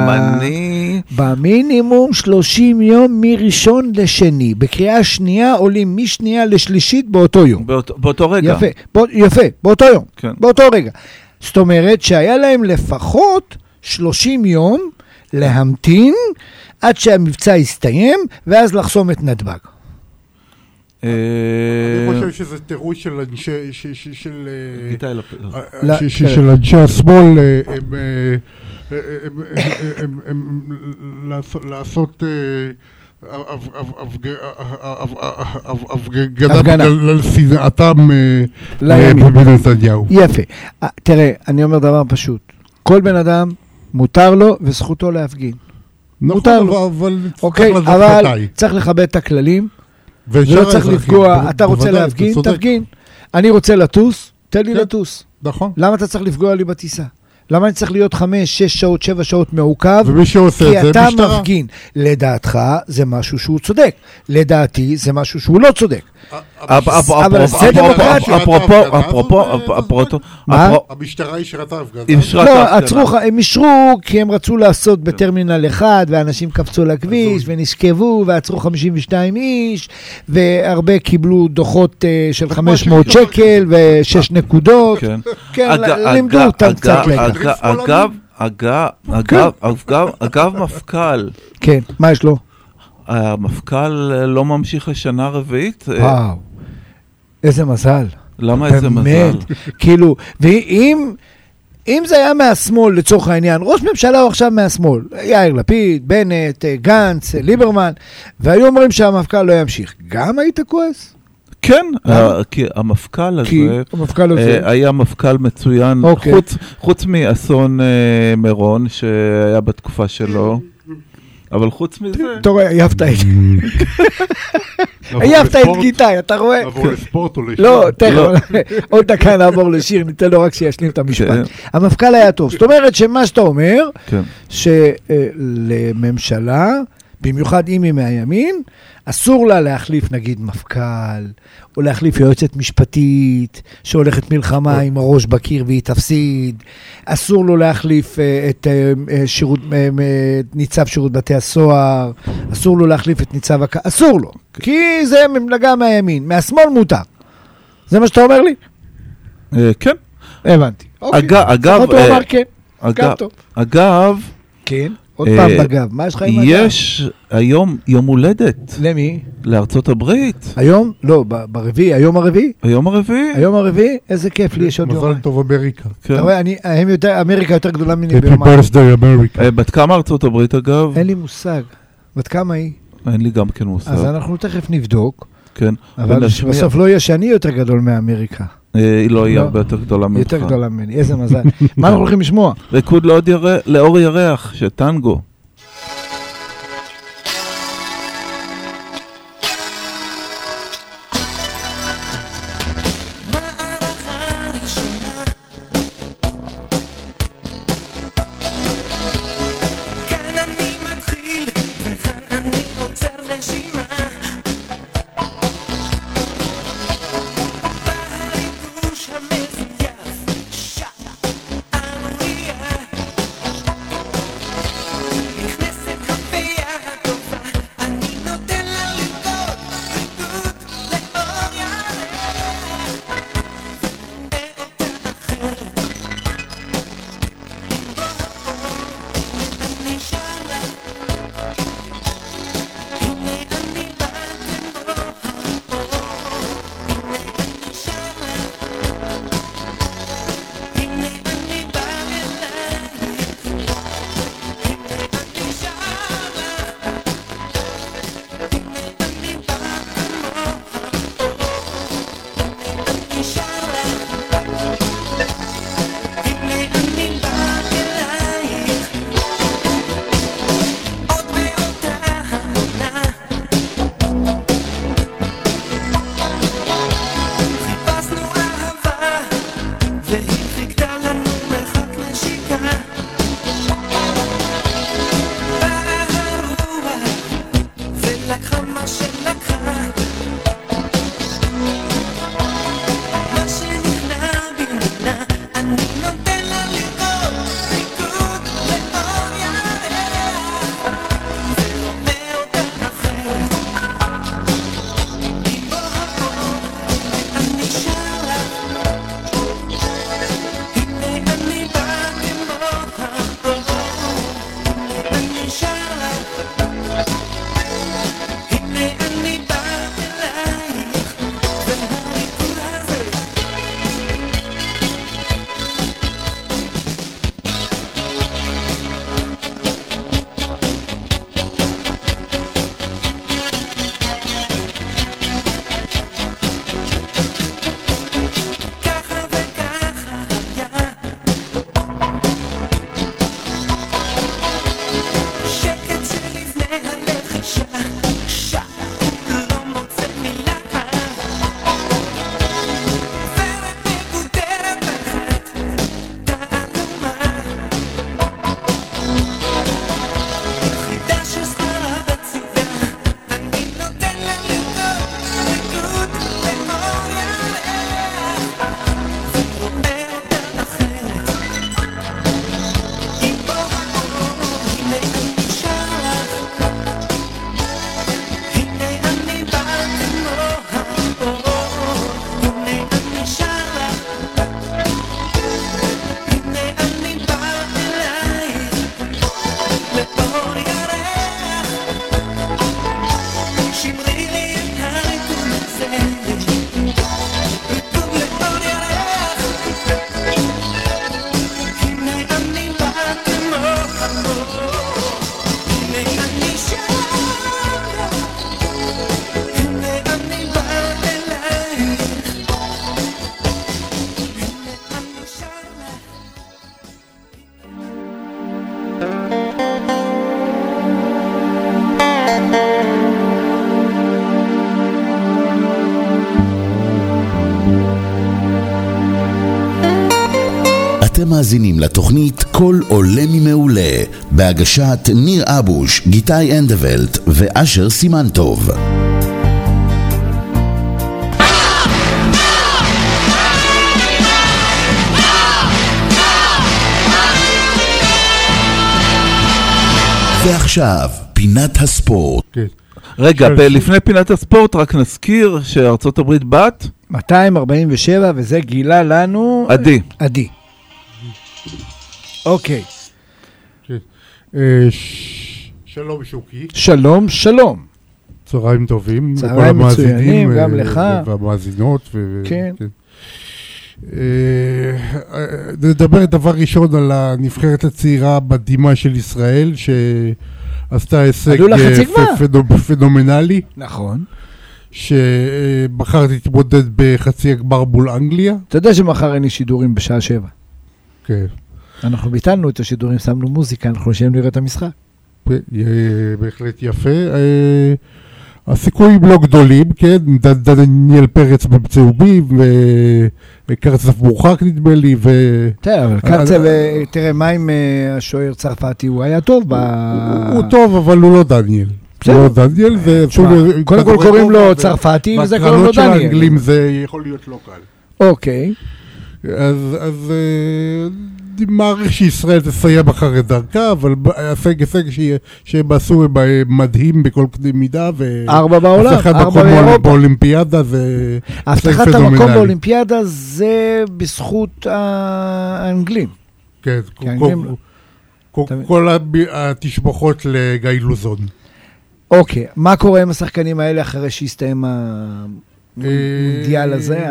Speaker 4: הימני...
Speaker 3: במינימום 30 יום מראשון לשני. בקריאה שנייה עולים משנייה לשלישית באותו יום.
Speaker 4: באות, באותו רגע.
Speaker 3: יפה, בא, יפה, באותו יום,
Speaker 4: כן.
Speaker 3: באותו רגע. זאת אומרת שהיה להם לפחות 30 יום להמתין עד שהמבצע יסתיים, ואז לחסום את נתב"ג.
Speaker 4: אה,
Speaker 5: אני חושב שזה טירוף של אנשי... ש- ש- של, אה,
Speaker 4: גיטאי לפיד.
Speaker 3: לא,
Speaker 5: ש- ש-
Speaker 3: כן.
Speaker 5: של אנשי השמאל אה, הם, אה, הם- הם- הם- הם- לעשות- לעשות אה, הפג- הפג- אה, הפג-
Speaker 3: הפגנה.
Speaker 5: הפגנה בגלל שנאתם אה,
Speaker 3: לימין.
Speaker 5: אה, בנתניהו.
Speaker 3: יפה. אה, תראה, אני אומר דבר פשוט. כל בן אדם, מותר לו וזכותו להפגין.
Speaker 5: נכון,
Speaker 3: מותר לו.
Speaker 5: אבל
Speaker 3: אוקיי,
Speaker 5: צריך לדעת
Speaker 3: אבל
Speaker 5: מתי.
Speaker 3: צריך לכבד את הכללים,
Speaker 5: ושאר
Speaker 3: ולא צריך
Speaker 5: האזרחים,
Speaker 3: לפגוע.
Speaker 5: ב-
Speaker 3: אתה רוצה
Speaker 5: בוודאי, לא אתה
Speaker 3: להפגין,
Speaker 5: צודק.
Speaker 3: תפגין. אני רוצה לטוס, תן לי
Speaker 5: כן.
Speaker 3: לטוס.
Speaker 5: נכון.
Speaker 3: למה אתה צריך לפגוע לי בטיסה? למה אני צריך להיות חמש, שש שעות, שבע שעות מעוכב?
Speaker 5: ומי שעושה את
Speaker 3: כי
Speaker 5: זה,
Speaker 3: אתה
Speaker 5: משטרה.
Speaker 3: מפגין. לדעתך זה משהו שהוא צודק. לדעתי זה משהו שהוא לא צודק.
Speaker 4: אפ- אפ-
Speaker 3: אבל
Speaker 4: אפרופו-
Speaker 3: זה
Speaker 4: אפרופו-
Speaker 3: דמוקרטיה.
Speaker 4: אפרופו, אפרופו, אפרופו,
Speaker 3: מה?
Speaker 4: אפרופו,
Speaker 5: המשטרה אישרתה הפגנה.
Speaker 4: אישרה את
Speaker 3: לא,
Speaker 4: ההפגנה.
Speaker 3: עצרו, ח- הם אישרו כי הם רצו לעשות
Speaker 4: כן.
Speaker 3: בטרמינל אחד, ואנשים קפצו לכביש, ונשכבו, ועצרו 52 איש, והרבה קיבלו דוחות אה, של 500
Speaker 5: שקרה.
Speaker 3: שקל ושש נקודות.
Speaker 4: כן.
Speaker 3: כן,
Speaker 4: אג-
Speaker 3: ל-
Speaker 4: אג-
Speaker 3: לימדו אותם
Speaker 4: אג-
Speaker 3: קצת כן.
Speaker 4: אג-
Speaker 3: לקח.
Speaker 4: אג- אגב, אגב, אגב, אגב, אגב, מפכ"ל,
Speaker 3: כן, מה יש לו?
Speaker 4: המפכ"ל אה, לא ממשיך לשנה רביעית? אה,
Speaker 3: וואו, איזה מזל.
Speaker 4: למה איזה מזל?
Speaker 3: באמת, כאילו, ואם... אם זה היה מהשמאל לצורך העניין, ראש ממשלה הוא עכשיו מהשמאל, יאיר לפיד, בנט, אה, גנץ, אה, ליברמן, והיו אומרים שהמפכ"ל לא ימשיך, גם היית כועס?
Speaker 4: כן,
Speaker 3: למה?
Speaker 4: אה, כי המפכ"ל
Speaker 3: כי
Speaker 4: הזה...
Speaker 3: המפכ"ל הזה,
Speaker 4: אה, היה מפכ"ל מצוין,
Speaker 3: אוקיי.
Speaker 4: חוץ, חוץ מאסון אה, מירון שהיה בתקופה שלו, אבל חוץ מזה,
Speaker 3: אתה רואה, העפת את העפת את גיטאי, אתה רואה?
Speaker 5: נעבור לספורט או לשם?
Speaker 3: לא,
Speaker 4: לא.
Speaker 3: תכף, עוד דקה נעבור לשיר, ניתן לו רק שישלים את המשפט.
Speaker 4: כן.
Speaker 3: המפכ"ל היה טוב, זאת אומרת שמה שאתה אומר,
Speaker 4: כן,
Speaker 3: שלממשלה, במיוחד אם היא מהימין, אסור לה להחליף נגיד מפכ"ל, או להחליף יועצת משפטית שהולכת מלחמה עם הראש בקיר והיא תפסיד, אסור לו להחליף אה, את אה, אה, שירות, אה, אה, ניצב שירות בתי הסוהר, אסור לו להחליף את ניצב הכ... אסור לו,
Speaker 4: כן.
Speaker 3: כי זה מפלגה מהימין, מהשמאל מותר. זה מה שאתה אומר לי?
Speaker 4: אה, כן.
Speaker 3: הבנתי. אוקיי.
Speaker 4: אגב, אגב,
Speaker 3: לפחות הוא
Speaker 4: אה,
Speaker 3: אמר כן, גם
Speaker 4: אגב,
Speaker 3: טוב.
Speaker 4: אגב,
Speaker 3: כן, עוד
Speaker 4: אה,
Speaker 3: פעם בגב, מה יש לך עם הגב?
Speaker 4: יש היום יום הולדת
Speaker 3: למי?
Speaker 4: לארצות הברית,
Speaker 3: היום? לא, ב- ברביעי, היום הרביעי?
Speaker 4: היום הרביעי.
Speaker 3: היום הרביעי? איזה כיף לי, יש עוד יומיים.
Speaker 5: מזל טוב אמריקה.
Speaker 4: כן.
Speaker 3: אתה רואה, אני- הם יותר, אמריקה יותר גדולה
Speaker 5: Happy
Speaker 3: מליברמן.
Speaker 5: birthday אמריקה.
Speaker 4: אה, בת כמה ארצות הברית אגב?
Speaker 3: אין לי מושג. בת כמה היא?
Speaker 4: אין לי גם כן מושג.
Speaker 3: אז אנחנו תכף נבדוק,
Speaker 4: כן.
Speaker 3: אבל
Speaker 4: ונשמיע-
Speaker 3: בסוף לא יהיה שאני יותר גדול מאמריקה.
Speaker 4: אה, היא לא היא
Speaker 3: לא.
Speaker 4: הרבה יותר גדולה
Speaker 3: היא
Speaker 4: ממך.
Speaker 3: יותר גדולה ממני, איזה מזל. מה אנחנו הולכים לשמוע?
Speaker 4: ריקוד לעוד ירח- לאור ירח, שטנגו.
Speaker 6: כאן אני מתחיל, וכאן אני עוצר רשימה. בריגוש המזויף, שערוריה. מה שלקחה מה שנכנע במדינה אני נותן לה לראות ריקוד לאור ירח ולא מאותה אחרת אם בוא הבור אני שר לה הנה אני בא כמו הבור אני שר לה הנה אני בא אלייך והריקוד הזה ככה וככה היה שקט שלפני הלחישה שם לא מוצא מילה ורק מגודרת אחת תעלומה חידה שזכרה בצידה אני נותן לה לרקוד ריקוד לאור ירח ורואה אותה אחרת אם בוא האור, הנה אני שרה. הנה אני באה כמו האור, הנה אני שרה. הנה אני באה אלייך, לאור ירח. שמרי לי את הריקוד הזה, ריקוד לאור ירח. הנה אני באה כמו האור, הנה אני שרה. הנה אני באה אלייך, הנה אני שרה.
Speaker 1: אתם מאזינים לתוכנית "כל עולה ממעולה" בהגשת ניר אבוש, גיתי אנדוולט ואשר סימנטוב. ועכשיו, פינת הספורט.
Speaker 5: כן.
Speaker 4: רגע,
Speaker 5: כן.
Speaker 4: ב- לפני פינת הספורט, רק נזכיר שארצות הברית בת,
Speaker 3: 247, וזה גילה לנו...
Speaker 4: עדי.
Speaker 3: עדי. אוקיי,
Speaker 5: אה, ש- שלום שוקי,
Speaker 3: שלום, שלום.
Speaker 5: צהריים טובים.
Speaker 3: צהריים
Speaker 5: לכל המאזינים,
Speaker 3: מצוינים,
Speaker 5: אה,
Speaker 3: גם לך.
Speaker 5: והמאזינות. ו-
Speaker 3: כן.
Speaker 5: אה, אה, נדבר דבר ראשון על הנבחרת הצעירה המדהימה של ישראל, שעשתה הישג
Speaker 3: עלו לחצי
Speaker 5: אה,
Speaker 3: גמר.
Speaker 5: פ- פנו- פנומנלי,
Speaker 3: נכון.
Speaker 5: שבחר להתמודד בחצי הגמר מול אנגליה.
Speaker 3: אתה יודע שמחר אין לי שידורים בשעה שבע.
Speaker 5: כן.
Speaker 3: אנחנו ביטלנו את השידורים, שמנו מוזיקה, אנחנו נשארים לראות את המשחק.
Speaker 5: יהיה בהחלט יפה. אה, הסיכויים לא גדולים, כן? ד- דניאל פרץ בצהובים, וקרצף מורחק נדמה לי, ו...
Speaker 3: תראה, כן, אבל
Speaker 5: אז-
Speaker 3: קרצה, ו- תראה, מה עם אה, השוער צרפתי? הוא היה טוב ב...
Speaker 5: הוא טוב, אבל הוא לא דניאל.
Speaker 3: בסדר. אה,
Speaker 5: הוא לא דניאל, זה...
Speaker 3: תשמע,
Speaker 5: אפילו-
Speaker 3: קודם כל
Speaker 5: כדורגל
Speaker 3: קוראים
Speaker 5: טוב,
Speaker 3: לו
Speaker 5: ו-
Speaker 3: צרפתי, וזה קוראים לו
Speaker 5: והקרנות של
Speaker 3: דניאל.
Speaker 5: האנגלים זה לא יכול להיות לא קל.
Speaker 3: אוקיי.
Speaker 5: אז, אז אה, אני מעריך שישראל תסיים אחרי דרכה, אבל ב- ההישג, הישג שיה- שהם עשו הם, אה, מדהים בכל קנה מידה, ו...
Speaker 3: ארבע בעולם,
Speaker 5: הצלחת
Speaker 3: ארבע
Speaker 5: מקום באול-
Speaker 3: באירופה.
Speaker 5: באולימפיאדה זה...
Speaker 3: הבטחת
Speaker 5: פנומנלי.
Speaker 3: המקום באולימפיאדה זה בזכות האנגלים.
Speaker 5: כן,
Speaker 3: כן,
Speaker 5: כל-
Speaker 3: כן.
Speaker 5: כל-
Speaker 3: אתה מבין?
Speaker 5: כל הב- התשבחות לגיא לוזון.
Speaker 3: אוקיי, מה קורה עם השחקנים האלה אחרי שהסתיים
Speaker 5: אה,
Speaker 3: המונדיאל הזה,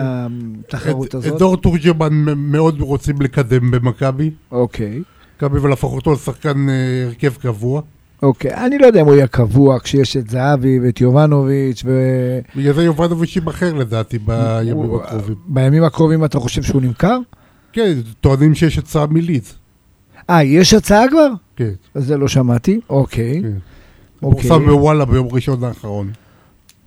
Speaker 3: התחרות
Speaker 5: את-
Speaker 3: הזאת?
Speaker 5: את דור תורג'מן מ- מאוד רוצים לקדם במכבי.
Speaker 3: אוקיי,
Speaker 5: מכבי ולהפוך אותו לשחקן אה, הרכב קבוע.
Speaker 3: אוקיי. אני לא יודע אם הוא יהיה קבוע כשיש את זהבי ואת יובנוביץ',
Speaker 5: בגלל זה יובנוביץ' ייבחר לדעתי בימים
Speaker 3: הוא-
Speaker 5: הקרובים.
Speaker 3: ובימים הקרובים אתה חושב שהוא נמכר?
Speaker 5: כן, טוענים שיש הצעה מילית.
Speaker 3: אה, יש הצעה כבר?
Speaker 5: כן.
Speaker 3: אז זה לא שמעתי, אוקיי.
Speaker 5: כן.
Speaker 3: אוקיי.
Speaker 5: פורסם בוואלה ביום ראשון האחרון.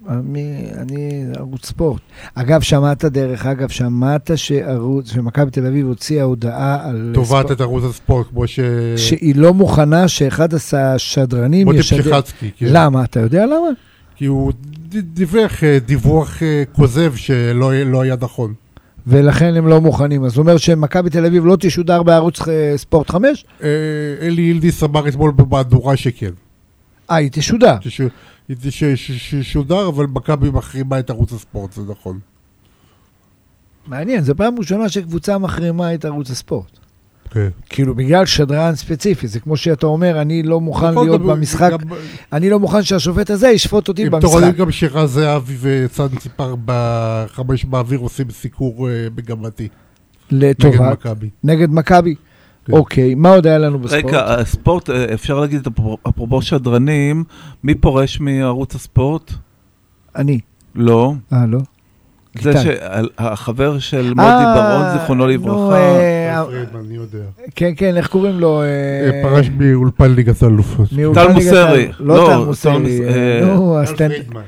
Speaker 3: אני, אני ערוץ ספורט. אגב, שמעת, דרך אגב, שמעת שערוץ, שמכבי תל אביב הוציאה הודעה על...
Speaker 5: תובעת
Speaker 3: ספורט-
Speaker 5: את ערוץ הספורט, כמו ש...
Speaker 3: שהיא לא מוכנה שאחד הש- השדרנים
Speaker 5: מוטי
Speaker 3: ישדר...
Speaker 5: פשיחצקי. כן.
Speaker 3: למה? אתה יודע למה?
Speaker 5: כי הוא ד- דיווח אה, דיווח אה, כוזב שלא היה- לא היה נכון.
Speaker 3: ולכן הם לא מוכנים. אז זה אומר שמכבי תל אביב לא תשודר בערוץ אה, ספורט 5?
Speaker 5: אה, אלי הילדיס אמר אתמול במהדורה שכן.
Speaker 3: אה, היא תשודר.
Speaker 5: שש- ש- ש- ששודר, אבל מכבי מחרימה את ערוץ הספורט, זה נכון.
Speaker 3: מעניין, זו פעם ראשונה שקבוצה מחרימה את ערוץ הספורט.
Speaker 5: כן.
Speaker 3: כאילו, בגלל שדרן ספציפי, זה כמו שאתה אומר, אני לא מוכן להיות במשחק, אני לא מוכן שהשופט הזה ישפוט אותי
Speaker 5: אם תורדים
Speaker 3: במשחק.
Speaker 5: גם שירה זהבי וצאן ציפר בחמש באוויר עושים סיקור אה, מגמתי. נגד
Speaker 3: לטובה.
Speaker 5: מכבי.
Speaker 3: נגד מכבי.
Speaker 5: כן.
Speaker 3: אוקיי, מה עוד היה לנו בספורט?
Speaker 4: רגע, הספורט, אה, אפשר להגיד את אפרופו- אפרופו שדרנים, מי פורש מערוץ הספורט?
Speaker 3: אני.
Speaker 4: לא.
Speaker 3: אה, לא.
Speaker 4: זה
Speaker 3: גיטאי.
Speaker 4: שהחבר של מודי
Speaker 3: אה,
Speaker 4: ברון, זיכרונו
Speaker 3: נו,
Speaker 4: לברכה,
Speaker 3: אה,
Speaker 5: פרידמן, אני יודע.
Speaker 3: כן, כן, איך קוראים לו? אה,
Speaker 5: אה, פרש מאולפן ליגת האלופות.
Speaker 3: מאולפן
Speaker 4: טל
Speaker 3: ליגת
Speaker 4: מוסרי.
Speaker 3: העל. לא טל
Speaker 4: לא, טל מוס-
Speaker 3: מוסרי. אה,
Speaker 4: אה,
Speaker 3: נו,
Speaker 5: טל
Speaker 3: אז תן...
Speaker 5: פרידמן.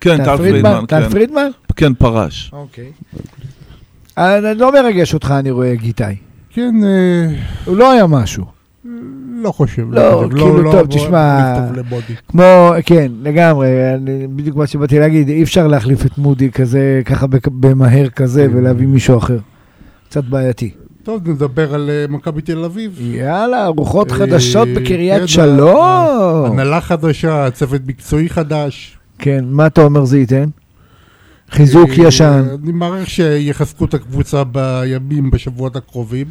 Speaker 4: כן, טל פרידמן,
Speaker 3: טל
Speaker 4: כן.
Speaker 3: פרידמן?
Speaker 4: כן, פרש.
Speaker 3: אוקיי. אה, אני לא מרגש אותך, אני רואה, גיטאי.
Speaker 5: כן, אה,
Speaker 3: הוא לא היה משהו.
Speaker 5: לא חושב.
Speaker 3: לא,
Speaker 5: חושב,
Speaker 3: כאילו, טוב,
Speaker 5: בוא-
Speaker 3: תשמע,
Speaker 5: נכתוב למודי.
Speaker 3: כמו, כן, לגמרי, אני, בדיוק מה שבאתי להגיד, אי אפשר להחליף את מודי כזה, ככה בק- במהר כזה,
Speaker 5: כן.
Speaker 3: ולהביא מישהו אחר. קצת בעייתי.
Speaker 5: טוב, נדבר על אה, מכבי תל אביב.
Speaker 3: יאללה, רוחות
Speaker 5: אה,
Speaker 3: חדשות בקריית
Speaker 5: כן,
Speaker 3: שלום.
Speaker 5: הנהלה חדשה, צוות מקצועי חדש.
Speaker 3: כן, מה אתה אומר זה ייתן? חיזוק
Speaker 5: אה,
Speaker 3: ישן.
Speaker 5: אני מעריך שיחזקו את הקבוצה בימים, בשבועות הקרובים.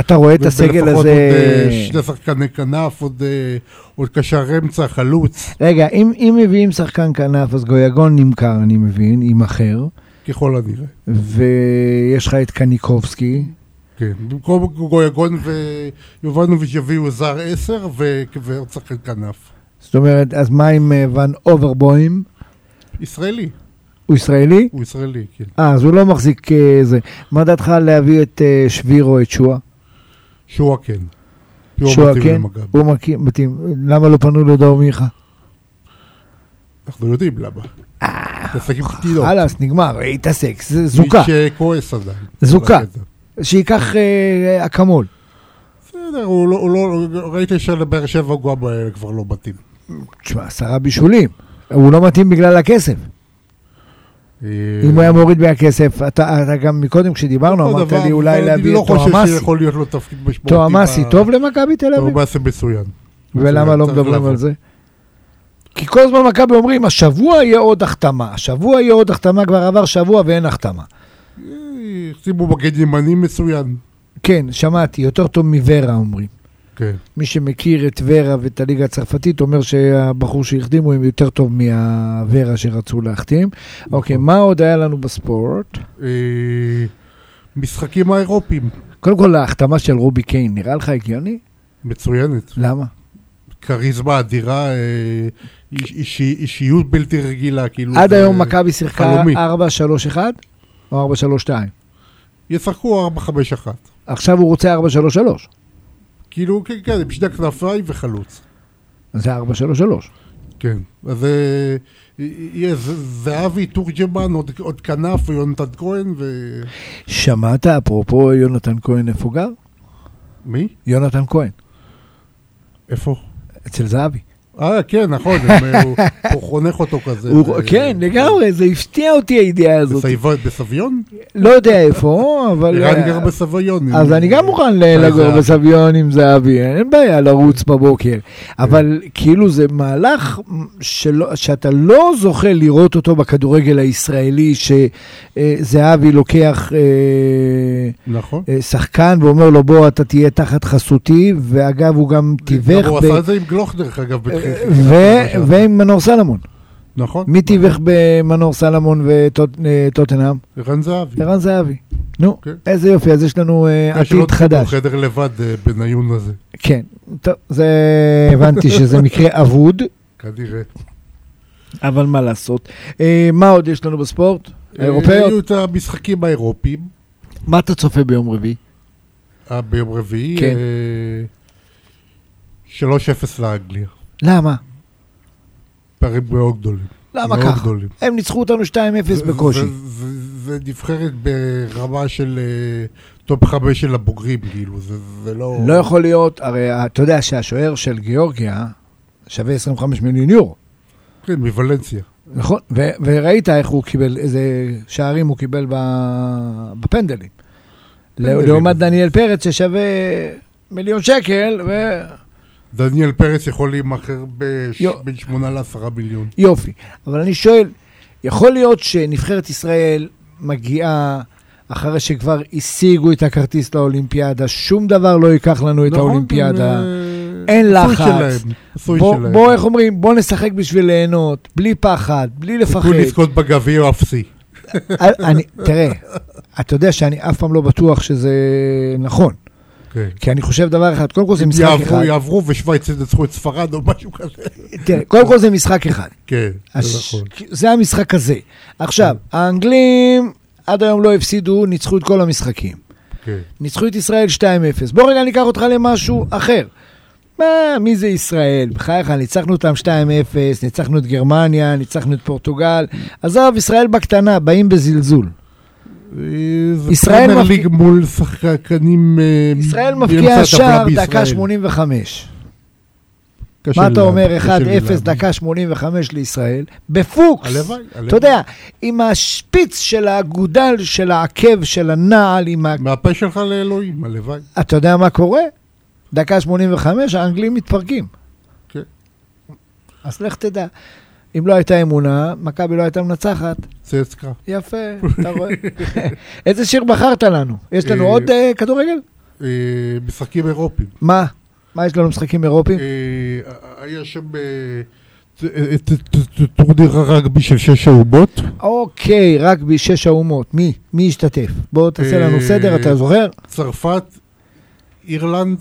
Speaker 3: אתה רואה את הסגל
Speaker 5: ולפחות
Speaker 3: הזה...
Speaker 5: עוד אה, שני שחקני כנף, עוד, אה, עוד קשר אמצע, חלוץ,
Speaker 3: רגע, אם, אם מביאים שחקן כנף, אז גויגון נמכר, אני מבין, עם אחר,
Speaker 5: ככל הנראה.
Speaker 3: ויש לך את קניקובסקי,
Speaker 5: כן. במקום גויגון ויובנוביץ' יביאו זר עשר ו- ועוד שחקן כנף.
Speaker 3: זאת אומרת, אז מה עם אה, ון אוברבוים?
Speaker 5: ישראלי,
Speaker 3: הוא ישראלי?
Speaker 5: הוא ישראלי, כן.
Speaker 3: אה, אז הוא לא מחזיק אה, זה. מה דעתך להביא את אה, שביר או את שואה?
Speaker 5: שואה כן.
Speaker 3: שועה
Speaker 5: מתאים
Speaker 3: כן?
Speaker 5: למכבי.
Speaker 3: הוא מקים, מתאים. למה לא פנו לדור מיכה?
Speaker 5: אנחנו יודעים למה.
Speaker 3: אה,
Speaker 5: תעסק עם קטינות.
Speaker 3: חלאס, נגמר, אה, התעסק, זה זוכה.
Speaker 5: לא. מי שכועס עדיין.
Speaker 3: זוכה.
Speaker 5: על הקטע.
Speaker 3: שייקח אה, אקמול.
Speaker 5: בסדר, הוא לא, הוא לא, ראית שלבאר שבע הוא גם אה, כבר לא מתאים.
Speaker 3: תשמע, עשרה בישולים. הוא לא מתאים בגלל הכסף.
Speaker 5: אה,
Speaker 3: אם הוא היה מוריד מהכסף, אתה אתה גם מקודם כשדיברנו,
Speaker 5: אותו
Speaker 3: אמרת
Speaker 5: דבר,
Speaker 3: לי אולי
Speaker 5: אבל
Speaker 3: להביא את
Speaker 5: אני לא חושב
Speaker 3: טועמאסי.
Speaker 5: שיכול להיות לו תפקיד משמעותי.
Speaker 3: טועמאסי
Speaker 5: ב-
Speaker 3: טוב למכבי תל אביב?
Speaker 5: טועמאסי מצוין.
Speaker 3: ולמה
Speaker 5: מצוין,
Speaker 3: לא
Speaker 5: צריך
Speaker 3: מדברים
Speaker 5: לעבוד.
Speaker 3: על זה? כי כל הזמן מכבי אומרים, השבוע יהיה עוד החתמה, השבוע יהיה עוד החתמה, כבר עבר שבוע ואין החתמה.
Speaker 5: אה, שימו מגן ימני מצוין.
Speaker 3: כן, שמעתי, יותר טוב מוורה אומרים.
Speaker 5: כן.
Speaker 3: מי שמכיר את ורה ואת הליגה הצרפתית אומר שהבחור שהחתימו הם יותר טוב מהוורה שרצו להחתים. אוקיי, מה עוד היה לנו בספורט?
Speaker 5: אה, משחקים האירופיים.
Speaker 3: קודם כל, ההחתמה של רובי קיין, נראה לך הגיוני?
Speaker 5: מצוינת.
Speaker 3: למה?
Speaker 5: כריזמה אדירה, אה, איש- אישי- אישיות בלתי רגילה. כאילו
Speaker 3: עד
Speaker 5: זה-
Speaker 3: היום מכבי שיחקה
Speaker 5: חלומי.
Speaker 3: 4-3-1 או 4-3-2.
Speaker 5: ישחקו 4-5-1.
Speaker 3: עכשיו הוא רוצה 4-3-3,
Speaker 5: כאילו, כן, כן, עם שני כנפיים וחלוץ.
Speaker 3: אז זה 4-3-3.
Speaker 5: כן. אז אה, יהיה ז- זהבי, תורג'מן, עוד- עוד כנף ויונתן כהן ו...
Speaker 3: שמעת אפרופו יונתן כהן איפה גר?
Speaker 5: מי?
Speaker 3: יונתן כהן,
Speaker 5: איפה?
Speaker 3: אצל זהבי.
Speaker 5: אה, כן, נכון, הם, הוא- הוא חונך אותו כזה. אה,
Speaker 3: הוא-
Speaker 5: ו-
Speaker 3: כן, לגמרי, זה הפתיע אותי הידיעה הזאת.
Speaker 5: בסביון- בסביון?
Speaker 3: לא יודע איפה, אבל... אה,
Speaker 5: ערן גר בסביון.
Speaker 3: אז
Speaker 5: אם-
Speaker 3: אני גם מוכן ל-
Speaker 5: אולי
Speaker 3: לגור
Speaker 5: זהבי.
Speaker 3: בסביון עם זהבי, אין בעיה לרוץ בבוקר. אבל כאילו זה מהלך שלא- שאתה לא זוכה לראות אותו בכדורגל הישראלי, שזהבי לוקח... אה,
Speaker 5: נכון.
Speaker 3: אה, שחקן ואומר לו בוא אתה תהיה תחת חסותי ואגב הוא גם תיווך
Speaker 5: הוא
Speaker 3: ב-
Speaker 5: עשה את זה עם גלוך, דרך אגב,
Speaker 3: אה,
Speaker 5: בתחילת...
Speaker 3: ו- ועם מנור סלמון.
Speaker 5: נכון.
Speaker 3: מי תיווך במנור אה, סלמון וטוטנאם?
Speaker 5: ערן זהבי.
Speaker 3: ערן זהבי. נו,
Speaker 5: כן.
Speaker 3: איזה יופי, אז יש לנו אה,
Speaker 5: יש לו
Speaker 3: עתיד חדש.
Speaker 5: חדר לבד אה, בניון הזה,
Speaker 3: כן, טוב, זה הבנתי שזה מקרה אבוד,
Speaker 5: כנראה.
Speaker 3: אבל מה לעשות. אה, מה עוד יש לנו בספורט?
Speaker 5: אה,
Speaker 3: האירופאיות?
Speaker 5: היו את המשחקים האירופיים.
Speaker 3: מה אתה צופה ביום רביעי?
Speaker 5: אה, ביום רביעי,
Speaker 3: כן.
Speaker 5: אה, 3-0 לאנגליה.
Speaker 3: למה?
Speaker 5: פערים מאוד גדולים.
Speaker 3: למה
Speaker 5: מאוד
Speaker 3: ככה?
Speaker 5: גדולים.
Speaker 3: הם ניצחו אותנו 2-0
Speaker 5: זה-
Speaker 3: בקושי.
Speaker 5: זה- זה- זה נבחרת ברמה של אה, טופ חמש של הבוגרים, כאילו, זה זה לא...
Speaker 3: לא יכול להיות, הרי אתה יודע שהשוער של גיאורגיה שווה 25 מיליון יורו.
Speaker 5: כן, מוולנסיה.
Speaker 3: נכון, ו- וראית איך הוא קיבל, איזה שערים הוא קיבל ב- בפנדלים.
Speaker 5: פנדלים.
Speaker 3: לעומת דניאל פרץ ששווה מיליון שקל,
Speaker 5: דניאל פרץ יכול להימכר בש-
Speaker 3: יו.
Speaker 5: בין שמונה לעשרה מיליון.
Speaker 3: ויופי. אבל אני שואל, יכול להיות שנבחרת ישראל מגיעה אחרי שכבר השיגו את הכרטיס לאולימפיאדה, שום דבר לא ייקח לנו את
Speaker 5: נכון,
Speaker 3: האולימפיאדה.
Speaker 5: אה,
Speaker 3: אין
Speaker 5: עשוי
Speaker 3: לחץ.
Speaker 5: שלהם, עשוי
Speaker 3: בוא,
Speaker 5: שלהם.
Speaker 3: בוא, איך אומרים, בוא נשחק בשביל ליהנות, בלי פחד, בלי לפחד.
Speaker 5: סיכוי לזכות בגביע אפסי.
Speaker 3: אל- אני, תראה, אתה יודע שאני אף פעם לא בטוח שזה נכון,
Speaker 5: כן.
Speaker 3: כי אני חושב דבר אחד, קודם כל זה משחק אחד,
Speaker 5: יעברו, יעברו, ושווייץ ינצחו את ספרד או משהו כזה.
Speaker 3: תראה, כן, קודם כל זה משחק אחד,
Speaker 5: כן, זה
Speaker 3: הש-
Speaker 5: נכון. כן.
Speaker 3: זה המשחק הזה. עכשיו, האנגלים עד היום לא הפסידו, ניצחו את כל המשחקים.
Speaker 5: כן.
Speaker 3: ניצחו את ישראל 2-0. בוא רגע ניקח אותך למשהו אחר. מה, מי זה ישראל? בחייך, ניצחנו אותם 2-0, ניצחנו את גרמניה, ניצחנו את פורטוגל. עזוב, ישראל בקטנה, באים בזלזול.
Speaker 5: אה, זה
Speaker 3: ישראל
Speaker 5: פרמייר
Speaker 3: מפק-
Speaker 5: ליג מול שחקנים... אה,
Speaker 3: ישראל
Speaker 5: באמצע
Speaker 3: מבקיעה
Speaker 5: הטבלה
Speaker 3: שער דקה
Speaker 5: בישראל.
Speaker 3: 85.
Speaker 5: קשה
Speaker 3: מה אתה
Speaker 5: לי
Speaker 3: אומר,
Speaker 5: להאמין, קשה לי
Speaker 3: 1-0,
Speaker 5: להאמין.
Speaker 3: דקה 85 לישראל, בפוקס.
Speaker 5: הלוואי, הלוואי.
Speaker 3: אתה יודע, עם השפיץ של האגודל, של העקב, של הנעל, עם ה...
Speaker 5: מהפה שלך לאלוהים, הלוואי.
Speaker 3: אתה יודע מה קורה? דקה 85, האנגלים מתפרקים.
Speaker 5: כן.
Speaker 3: אז לך תדע. אם לא הייתה אמונה, מכבי לא הייתה מנצחת.
Speaker 5: צייצקה.
Speaker 3: יפה, אתה רואה. איזה שיר בחרת לנו? יש לנו
Speaker 5: אה,
Speaker 3: עוד אה, כדורגל?
Speaker 5: אה, משחקים אירופיים.
Speaker 3: מה? מה יש לנו משחקים אירופיים?
Speaker 5: אה, היה שם אה, ט- אה, ט- ט- ט- טורניר הרגבי של שש אהובות.
Speaker 3: אוקיי, רק בשש האומות. מי? מי השתתף? בוא תעשה לנו
Speaker 5: אה,
Speaker 3: סדר, אתה זוכר?
Speaker 5: צרפת, אירלנד,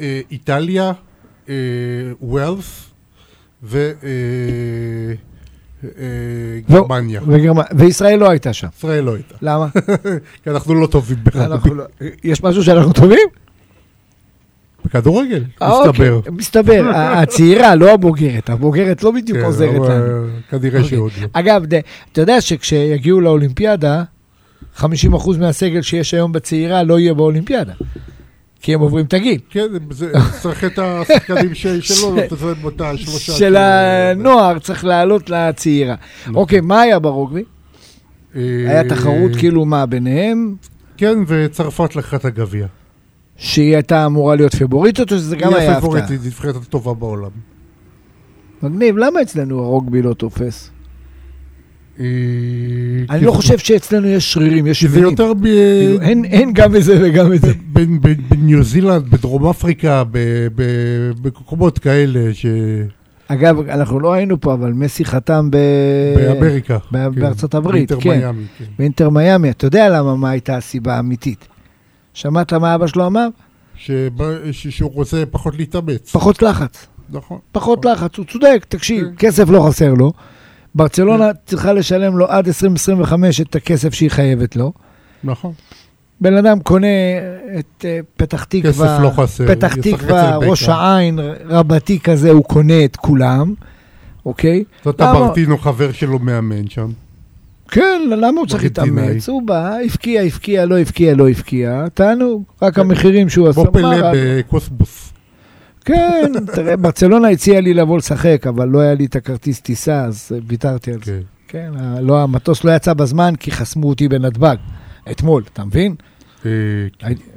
Speaker 5: אה, איטליה, אה, ווילס אה,
Speaker 3: לא.
Speaker 5: וגרמניה.
Speaker 3: וגרמניה. וישראל לא הייתה שם.
Speaker 5: אה, ישראל לא הייתה,
Speaker 3: למה?
Speaker 5: כי אנחנו לא טובים
Speaker 3: אנחנו
Speaker 5: בכדורגל.
Speaker 3: לא- יש משהו שאנחנו טובים?
Speaker 5: בכדורגל,
Speaker 3: אה, אוקיי,
Speaker 5: מסתבר.
Speaker 3: מסתבר. ה- הצעירה, לא הבוגרת. הבוגרת לא בדיוק
Speaker 5: כן,
Speaker 3: עוזרת
Speaker 5: אבל
Speaker 3: לנו.
Speaker 5: כנראה
Speaker 3: אוקיי.
Speaker 5: שעוד לא.
Speaker 3: אגב, ד- אתה יודע שכשיגיעו לאולימפיאדה, 50% מהסגל שיש היום בצעירה לא יהיה באולימפיאדה. כי הם עוברים את הגיל.
Speaker 5: כן, זה- צריך את השחקנים ש- שלא, לא, לתת להם אותה שלושה.
Speaker 3: של הנוער צריך לעלות לצעירה. אוקיי, מה היה ברוגבי?
Speaker 5: לא. אה,
Speaker 3: היה תחרות כאילו מה ביניהם?
Speaker 5: כן, וצרפת לקחה את הגביע.
Speaker 3: שהיא הייתה אמורה להיות פיבוריטות, או שזה גם
Speaker 5: היא
Speaker 3: היה
Speaker 5: הפייבוריטית,
Speaker 3: הפתעה?
Speaker 5: היא הנבחרת הטובה בעולם.
Speaker 3: מגניב, למה אצלנו הרוגבי לא תופס?
Speaker 5: אה, כן.
Speaker 3: אני
Speaker 5: כי
Speaker 3: לא
Speaker 5: זה-
Speaker 3: חושב שאצלנו יש שרירים, יש
Speaker 5: כי זה
Speaker 3: שבילים.
Speaker 5: יותר ב-
Speaker 3: כאילו, אין- אין גם את זה וגם את זה.
Speaker 5: בין- בין- בניו זילנד, בדרום אפריקה, ב- ב- במקומות כאלה, ש-
Speaker 3: אגב, אנחנו לא היינו פה, אבל מסי חתם ב...
Speaker 5: באמריקה.
Speaker 3: אה, ב-
Speaker 5: כן.
Speaker 3: בארצות הברית,
Speaker 5: באינטר
Speaker 3: כן.
Speaker 5: מיאמי, כן.
Speaker 3: באינטר מיאמי. אתה יודע למה, מה הייתה הסיבה האמיתית? שמעת מה אבא שלו אמר?
Speaker 5: שב- ש- שהוא רוצה פחות להתאמץ.
Speaker 3: פחות לחץ.
Speaker 5: נכון.
Speaker 3: פחות לחץ. הוא צודק, תקשיב,
Speaker 5: כן.
Speaker 3: כסף לא חסר לו. ברצלונה צריכה לשלם לו עד 2025 את הכסף שהיא חייבת לו.
Speaker 5: נכון.
Speaker 3: בן אדם קונה את אה, פתח תקווה,
Speaker 5: כסף לא חסר,
Speaker 3: פתח
Speaker 5: ישחק
Speaker 3: תקווה,
Speaker 5: אצל בית"ר.
Speaker 3: ראש העין רבתי כזה, הוא קונה את כולם, אוקיי?
Speaker 5: זאת
Speaker 3: למה-
Speaker 5: הברטינו, חבר שלו מאמן שם.
Speaker 3: כן, למה הוא צריך
Speaker 5: ארגנטינאי.
Speaker 3: להתאמץ? הוא בא, הבקיע, הבקיע, לא הבקיע, לא הבקיע, תענוג, רק המחירים שהוא עשה.
Speaker 5: כמו כן. פלא
Speaker 3: מה,
Speaker 5: בקוסמוס.
Speaker 3: כן, תראה, ברצלונה הציעה לי לבוא לשחק, אבל לא היה לי את הכרטיס טיסה, אז אה, ויתרתי על זה.
Speaker 5: כן.
Speaker 3: כן, ה- לא, המטוס לא יצא בזמן, כי חסמו אותי בנתב"ג. אתמול, אתה מבין?
Speaker 5: אה,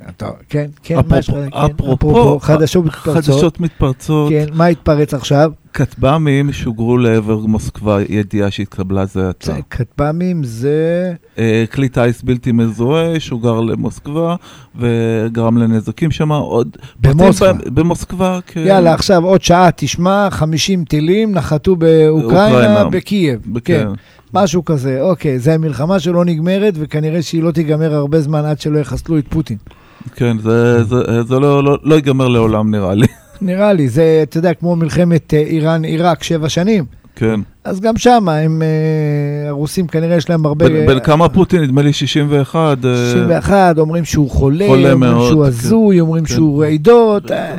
Speaker 3: אתה- כן, כן, מה יש לך?
Speaker 4: אפרופו,
Speaker 3: כן,
Speaker 4: אפרופו,
Speaker 3: חדשות מתפרצות.
Speaker 4: חדשות מתפרצות,
Speaker 3: כן, מה התפרץ עכשיו?
Speaker 4: כטב"מים שוגרו לעבר מוסקבה, ידיעה שהתקבלה זה עתה.
Speaker 3: זה כטב"מים זה...
Speaker 4: אה, כלי טיס בלתי מזוהה שוגר למוסקבה וגרם לנזקים שם עוד...
Speaker 3: במוסקבה.
Speaker 4: פרטים ב- במוסקבה, כן.
Speaker 3: יאללה, עכשיו עוד שעה תשמע, 50 טילים נחתו באוקראינה,
Speaker 4: באוקראינה.
Speaker 3: בקייב. כן,
Speaker 4: כן.
Speaker 3: משהו כזה, אוקיי. זה מלחמה שלא נגמרת, וכנראה שהיא לא תיגמר הרבה זמן עד שלא יחסלו את פוטין.
Speaker 4: כן, זה, זה, זה לא, לא, לא ייגמר לעולם נראה לי.
Speaker 3: נראה לי, זה, אתה יודע, כמו מלחמת אה, איראן-עיראק, שבע שנים.
Speaker 4: כן.
Speaker 3: אז גם שם, הם, אה, הרוסים כנראה יש להם הרבה...
Speaker 4: בין, בין כמה פוטין? נדמה לי 61. אה,
Speaker 3: 61, אומרים שהוא חולה,
Speaker 4: חולה
Speaker 3: אומרים
Speaker 4: מאוד,
Speaker 3: שהוא
Speaker 4: כן.
Speaker 3: הזוי, אומרים
Speaker 4: כן.
Speaker 3: שהוא רעידות, אה,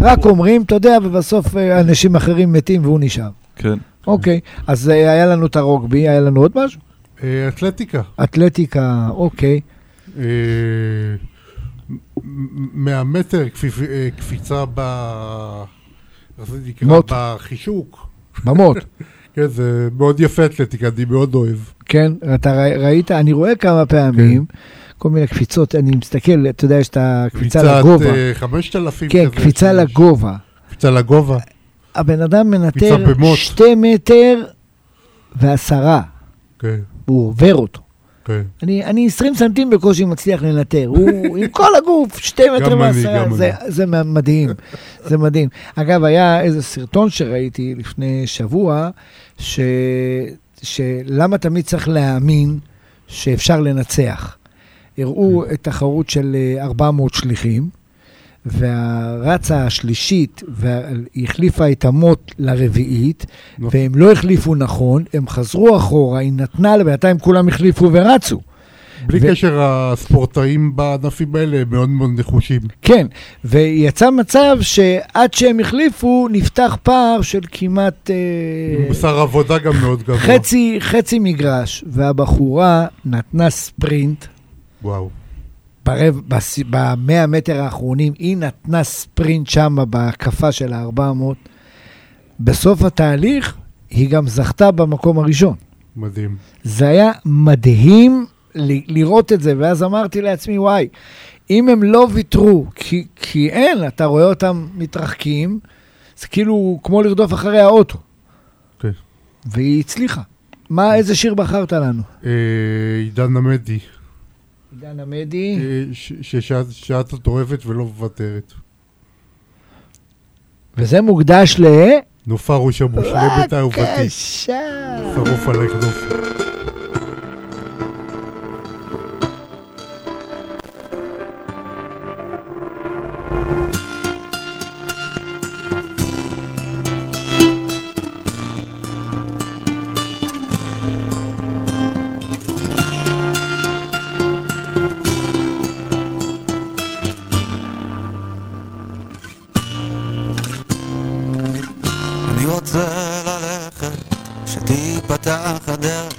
Speaker 3: רק אומרים, אתה יודע, ובסוף אה, אנשים אחרים מתים והוא נשאר.
Speaker 4: כן.
Speaker 3: אוקיי, אז אה, היה לנו את הרוגבי, היה לנו עוד משהו?
Speaker 5: אה, אתלטיקה.
Speaker 3: אתלטיקה, אוקיי.
Speaker 5: אה, מ- מהמטר קפיפ- אה, קפיצה ב... איך זה נקרא?
Speaker 3: מוט.
Speaker 5: בחישוק.
Speaker 3: במות.
Speaker 5: כן, זה מאוד יפה אתלטיקה, אני מאוד אוהב.
Speaker 3: כן, אתה ר- ראית, אני רואה כמה פעמים,
Speaker 5: כן.
Speaker 3: כל מיני קפיצות, אני מסתכל, אתה יודע, יש את הקפיצה
Speaker 5: קפיצת,
Speaker 3: לגובה.
Speaker 5: אה, 5,000
Speaker 3: כן,
Speaker 5: כזה
Speaker 3: קפיצה
Speaker 5: שיש.
Speaker 3: לגובה.
Speaker 5: קפיצה לגובה.
Speaker 3: הבן אדם מנטר
Speaker 5: קפיצה במוט.
Speaker 3: שתי מטר ועשרה,
Speaker 5: כן,
Speaker 3: הוא עובר אותו.
Speaker 5: כן.
Speaker 3: אני, אני 20 סנטים בקושי מצליח לנטר, הוא עם כל הגוף, שתי מטר
Speaker 5: גם אני,
Speaker 3: מעשרה,
Speaker 5: גם
Speaker 3: זה,
Speaker 5: אני.
Speaker 3: זה מה- מדהים, זה מדהים. אגב, היה איזה סרטון שראיתי לפני שבוע, ש, שלמה תמיד צריך להאמין שאפשר לנצח. הראו
Speaker 5: כן.
Speaker 3: את תחרות של אה, 400 שליחים, והרצה השלישית, וה- היא החליפה את המוט לרביעית,
Speaker 5: נו.
Speaker 3: והם לא החליפו נכון, הם חזרו אחורה, היא נתנה, לה, בינתיים כולם החליפו ורצו.
Speaker 5: בלי
Speaker 3: ו-
Speaker 5: קשר, הספורטאים בענפים האלה הם מאוד מאוד נחושים.
Speaker 3: כן, ויצא מצב שעד שהם החליפו, נפתח פער של כמעט אה,
Speaker 5: מוסר עבודה גם מאוד גבוה.
Speaker 3: חצי, חצי מגרש, והבחורה נתנה ספרינט.
Speaker 5: וואו.
Speaker 3: ברב, בס- במאה מטר האחרונים, היא נתנה ספרינט שם בהקפה של ה-400. בסוף התהליך, היא גם זכתה במקום הראשון.
Speaker 5: מדהים.
Speaker 3: זה היה מדהים ל- לראות את זה, ואז אמרתי לעצמי, וואי, אם הם לא ויתרו, כי, כי אין, אתה רואה אותם מתרחקים, זה כאילו כמו לרדוף אחרי האוטו.
Speaker 5: כן.
Speaker 3: והיא הצליחה. מה, איזה שיר בחרת לנו?
Speaker 5: אה, עידן עמדי,
Speaker 3: עידן עמדי.
Speaker 5: אה, ש- ששאת שאת את אוהבת ולא מוותרת.
Speaker 3: וזה מוקדש ל...
Speaker 5: נופרו שם מושלמת אהובתי.
Speaker 3: בבקשה.
Speaker 5: שרוף עלי כנופי.
Speaker 7: אני רוצה ללכת, שתיפתח הדרך,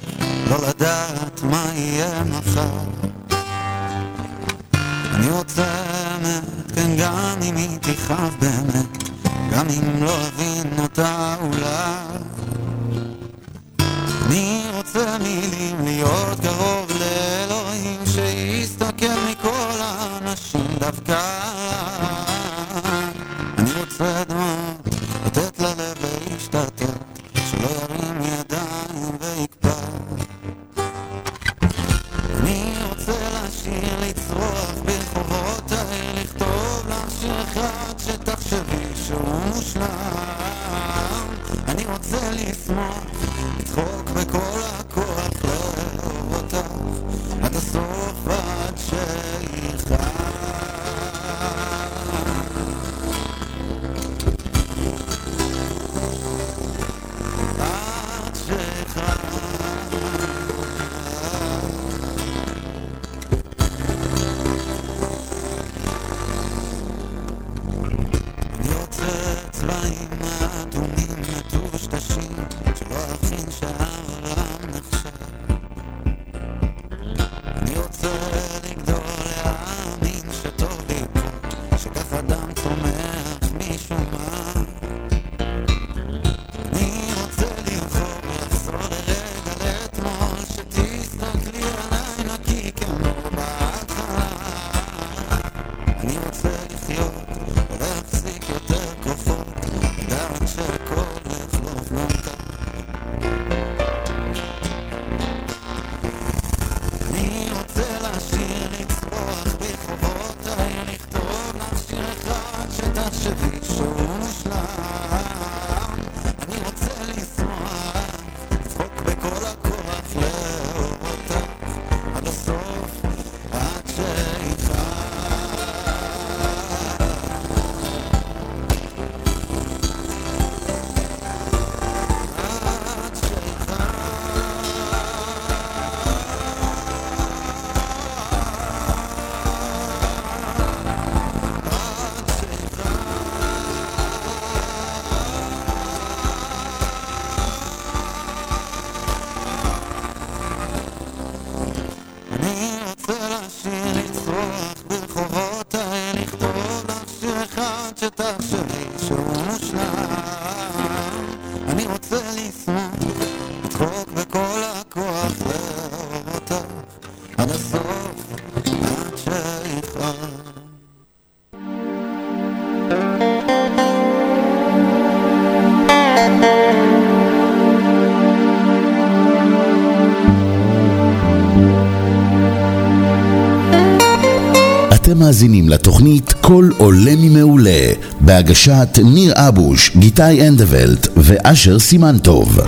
Speaker 7: לא לדעת מה יהיה מחר. אני רוצה אמת, כן גם אם היא תכאב באמת, גם אם לא אבין אותה אולי. אני רוצה מילים להיות קרוב לאלוהים, שיסתכל מכל האנשים דווקא עליי. אני רוצה דמעות, לתת ללב להשתתת, שלא ירים ידיים ויקפא. אני רוצה לשיר, לצרוח ברחובות העיר, לכתוב לך שיר אחד שתחשבי שהוא מושלם. אני רוצה לשמוח, לצחוק בכל הכוח, לאהוב אותך עד הסוף ועד שיכרע. עד שיכרע. להיות צבעים אדומים מטושטשים שלא אכין שהעולם נחשב אני רוצה לגדול להאמין שטוב לי פה שכך אדם צומח משום מה אני רוצה לבחור לחזור לרגע לאתמול שתסתכלי עליי נקי כמו בהתחלה אני רוצה לחיות, ולהחזיק יותר כוחות, לדעת שהכל יחלוף גם כאן.
Speaker 1: אתם מאזינים לתוכנית "קול עולה ממעולה" בהגשת ניר אבוש, גיתי אנדוולט ואשר סימנטוב.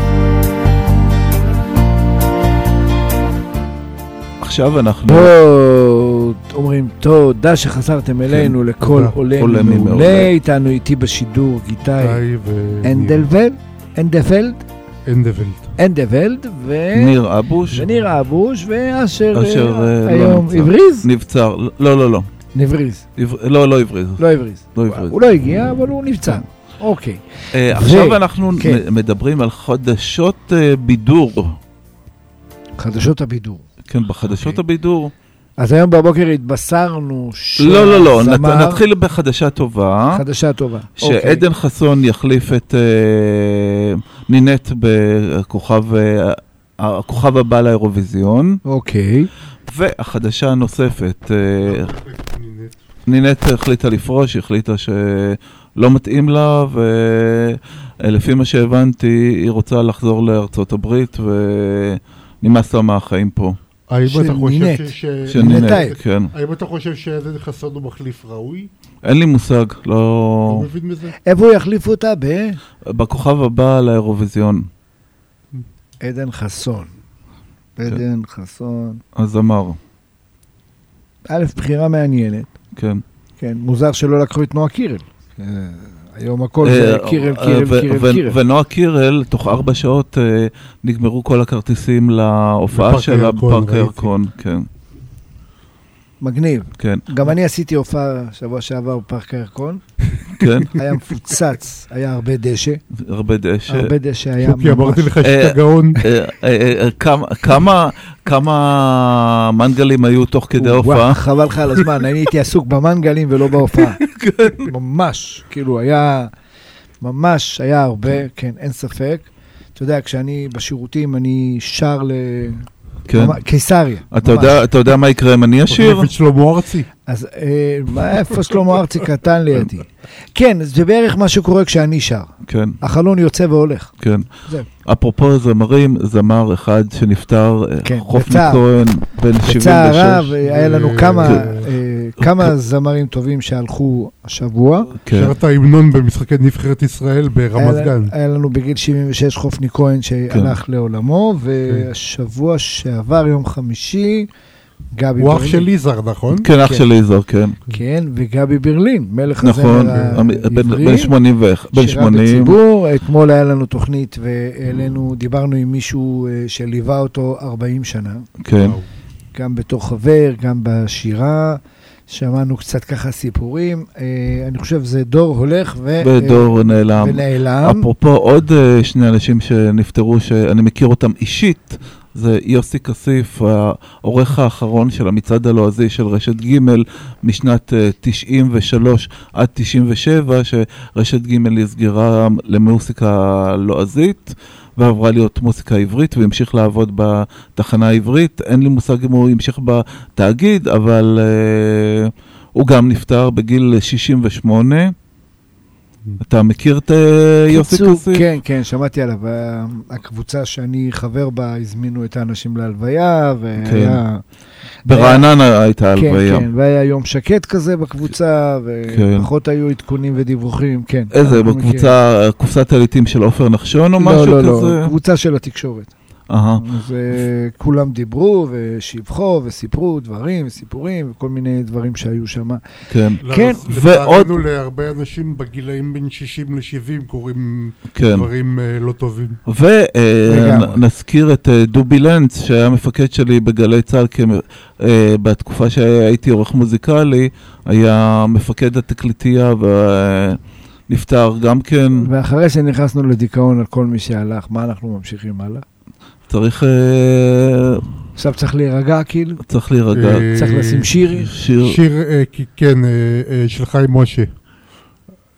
Speaker 4: עכשיו אנחנו...
Speaker 3: בואו, אומרים תודה שחזרתם אלינו לכל
Speaker 5: כן, תודה.
Speaker 3: עולה
Speaker 4: עולה
Speaker 3: מעולה.
Speaker 4: ממעולה.
Speaker 3: איתנו איתי בשידור גיטאי
Speaker 5: איתי ו-
Speaker 3: אנדלוולד, אנדפלד,
Speaker 5: אנדלוולד.
Speaker 3: אנדוולד, ו...
Speaker 4: ניר אבוש.
Speaker 3: וניר אבוש, ואשר
Speaker 4: אשר,
Speaker 3: אה,
Speaker 4: אה, לא
Speaker 3: היום
Speaker 4: נמצא.
Speaker 3: הבריז?
Speaker 4: נבצר. לא, לא, לא.
Speaker 3: נבריז,
Speaker 4: עבר- לא, לא הבריז.
Speaker 3: לא הבריז.
Speaker 4: לא הבריז.
Speaker 3: הוא לא הגיע, אבל הוא נפצע. אוקיי.
Speaker 4: אה,
Speaker 3: ו-
Speaker 4: עכשיו אנחנו
Speaker 3: כן.
Speaker 4: מ- מדברים על חדשות אה, בידור.
Speaker 3: חדשות הבידור.
Speaker 4: כן, בחדשות
Speaker 3: אוקיי.
Speaker 4: הבידור.
Speaker 3: אז היום בבוקר התבשרנו שהזמר...
Speaker 4: לא, לא, לא, נת- נתחיל בחדשה טובה.
Speaker 3: חדשה טובה. אוקיי.
Speaker 4: שעדן חסון יחליף את אה, נינט בכוכב... אה, הכוכב הבא לאירוויזיון,
Speaker 3: אוקיי.
Speaker 4: והחדשה הנוספת, אה, נינט החליטה לפרוש, היא החליטה שלא מתאים לה, ולפי מה שהבנתי, היא רוצה לחזור לארצות הברית, ונמאס לה מהחיים פה.
Speaker 5: האם
Speaker 3: של
Speaker 5: אתה חושב
Speaker 3: נינט.
Speaker 5: ש-
Speaker 4: של
Speaker 5: ש...
Speaker 4: נינט,
Speaker 3: נינטאי.
Speaker 4: כן.
Speaker 5: האם אתה חושב שעדן חסון הוא מחליף ראוי?
Speaker 4: אין לי מושג,
Speaker 5: לא
Speaker 4: לא...
Speaker 5: מבין מזה?
Speaker 3: איפה יחליפו אותה? ב...
Speaker 4: בכוכב הבא לאירוויזיון,
Speaker 3: עדן חסון. עדן
Speaker 4: כן.
Speaker 3: חסון.
Speaker 4: הזמר,
Speaker 3: א', בחירה מעניינת.
Speaker 4: כן.
Speaker 3: כן, מוזר שלא לקחו את נועה קירל. אה, היום הכל זה
Speaker 4: אה,
Speaker 3: קירל,
Speaker 4: אה,
Speaker 3: קירל,
Speaker 4: ו-
Speaker 3: קירל,
Speaker 4: ו-
Speaker 3: קירל.
Speaker 4: ונועה קירל, תוך ארבע שעות אה, נגמרו כל הכרטיסים להופעה
Speaker 5: בפארק
Speaker 4: שלה
Speaker 5: הירקון,
Speaker 4: בפארק
Speaker 5: ראיתי.
Speaker 4: הירקון, כן,
Speaker 3: מגניב.
Speaker 4: כן,
Speaker 3: גם אני עשיתי הופעה שבוע שעבר בפארק הירקון.
Speaker 4: כן,
Speaker 3: היה מפוצץ, היה הרבה דשא.
Speaker 4: הרבה דשא.
Speaker 3: הרבה דשא היה
Speaker 5: שוקי, אמרתי לך
Speaker 4: אה,
Speaker 5: שאתה גאון.
Speaker 4: אה, אה, אה, כמה- כמה- כמה מנגלים היו תוך כדי
Speaker 3: וואו,
Speaker 4: ההופעה?
Speaker 3: חבל לך על הזמן, אני הייתי עסוק במנגלים ולא בהופעה. ממש, כאילו היה, ממש היה הרבה, כן, אין ספק. אתה יודע, כשאני בשירותים, אני שר ל...
Speaker 4: כן.
Speaker 3: ממש- קיסריה.
Speaker 4: אתה
Speaker 3: ממש.
Speaker 4: יודע- אתה יודע מה יקרה אם אני אשיר?
Speaker 5: מחליף
Speaker 3: אוקיי,
Speaker 5: את שלמה ארצי.
Speaker 3: אז אה, מה, איפה שלמה ארצי קטן לידי? כן, זה בערך מה שקורה כשאני שר.
Speaker 4: כן,
Speaker 3: החלון יוצא והולך.
Speaker 4: כן.
Speaker 3: זהו.
Speaker 4: אפרופו זמרים, זמר אחד שנפטר, אה,
Speaker 3: כן,
Speaker 4: חופני
Speaker 3: בצער.
Speaker 4: כהן, בן 76.
Speaker 3: בצער רב, אה, היה לנו
Speaker 5: אה,
Speaker 3: כמה,
Speaker 5: כן.
Speaker 3: אה, כמה זמרים טובים שהלכו השבוע.
Speaker 4: כן,
Speaker 5: שרת ההמנון במשחקי נבחרת ישראל ברמת
Speaker 3: היה-
Speaker 5: גן.
Speaker 3: היה לנו בגיל 76 חופני כהן שהלך
Speaker 4: כן.
Speaker 3: לעולמו, והשבוע שעבר, יום חמישי, גבי
Speaker 5: הוא אח
Speaker 3: ברלין.
Speaker 5: של יזהר, נכון?
Speaker 4: כן, אח של יזהר, כן.
Speaker 3: כן, וגבי ברלין, מלך
Speaker 4: נכון,
Speaker 3: הזמר
Speaker 4: המ- בן
Speaker 3: העברי.
Speaker 4: בן 80 ואיך, בן
Speaker 3: שירה
Speaker 4: 80.
Speaker 3: בציבור, אתמול היה לנו תוכנית והעלינו, דיברנו עם מישהו אה, שליווה אותו 40 שנה,
Speaker 4: כן,
Speaker 5: וואו.
Speaker 3: גם בתור חבר, גם בשירה, שמענו קצת ככה סיפורים, אה, אני חושב זה דור הולך ו...
Speaker 4: ודור
Speaker 3: אה,
Speaker 4: נעלם.
Speaker 3: ונעלם.
Speaker 4: אפרופו עוד אה, שני אנשים שנפטרו, שאני מכיר אותם אישית, זה יוסי כסיף, העורך האחרון של המצעד הלועזי של רשת ג' משנת אה, 93 עד 97, שרשת ג' נסגרה למוסיקה לועזית. ועברה להיות מוסיקה עברית והמשיך לעבוד בתחנה העברית. אין לי מושג אם הוא המשיך בתאגיד, אבל אה, הוא גם נפטר בגיל 68. אתה מכיר את אה, יוסי
Speaker 3: קיצור,
Speaker 4: כסיף?
Speaker 3: כן, כן, שמעתי עליו. ה- הקבוצה שאני חבר בה, הזמינו את האנשים להלוויה,
Speaker 4: כן,
Speaker 3: והיה...
Speaker 4: ברעננה הייתה
Speaker 3: כן,
Speaker 4: הלוויה.
Speaker 3: כן, והיה יום שקט כזה בקבוצה,
Speaker 4: כן.
Speaker 3: ופחות היו עדכונים ודיווחים, כן.
Speaker 4: איזה,
Speaker 3: אני מכיר.
Speaker 4: בקבוצה, קופסת הליטים של עופר נחשון או משהו
Speaker 3: לא, לא,
Speaker 4: כזה?
Speaker 3: לא, קבוצה של התקשורת.
Speaker 4: אהה,
Speaker 3: אז אה, כולם דיברו ושיבחו וסיפרו דברים וסיפורים וכל מיני דברים שהיו שם.
Speaker 4: כן,
Speaker 5: לא,
Speaker 3: כן,
Speaker 4: ועוד-
Speaker 5: ועוד... לצערנו להרבה אנשים בגילאים בין 60 ל-70 קורים
Speaker 4: כן.
Speaker 5: דברים אה, לא טובים.
Speaker 3: לגמרי.
Speaker 4: ונזכיר אה, את אה, דובי לנץ, שהיה מפקד שלי בגלי צה"ל, כמ- אה, בתקופה שהייתי עורך מוזיקלי, היה מפקד התקליטייה ונפטר גם כן.
Speaker 3: ואחרי שנכנסנו לדיכאון על כל מי שהלך, מה אנחנו ממשיכים הלאה?
Speaker 4: צריך אה,
Speaker 3: עכשיו צריך להירגע, כאילו?
Speaker 4: צריך להירגע.
Speaker 5: אה,
Speaker 3: צריך לשים שירי?
Speaker 4: שיר,
Speaker 5: שיר, אה, כי- כן, אה, אה, של חיים משה.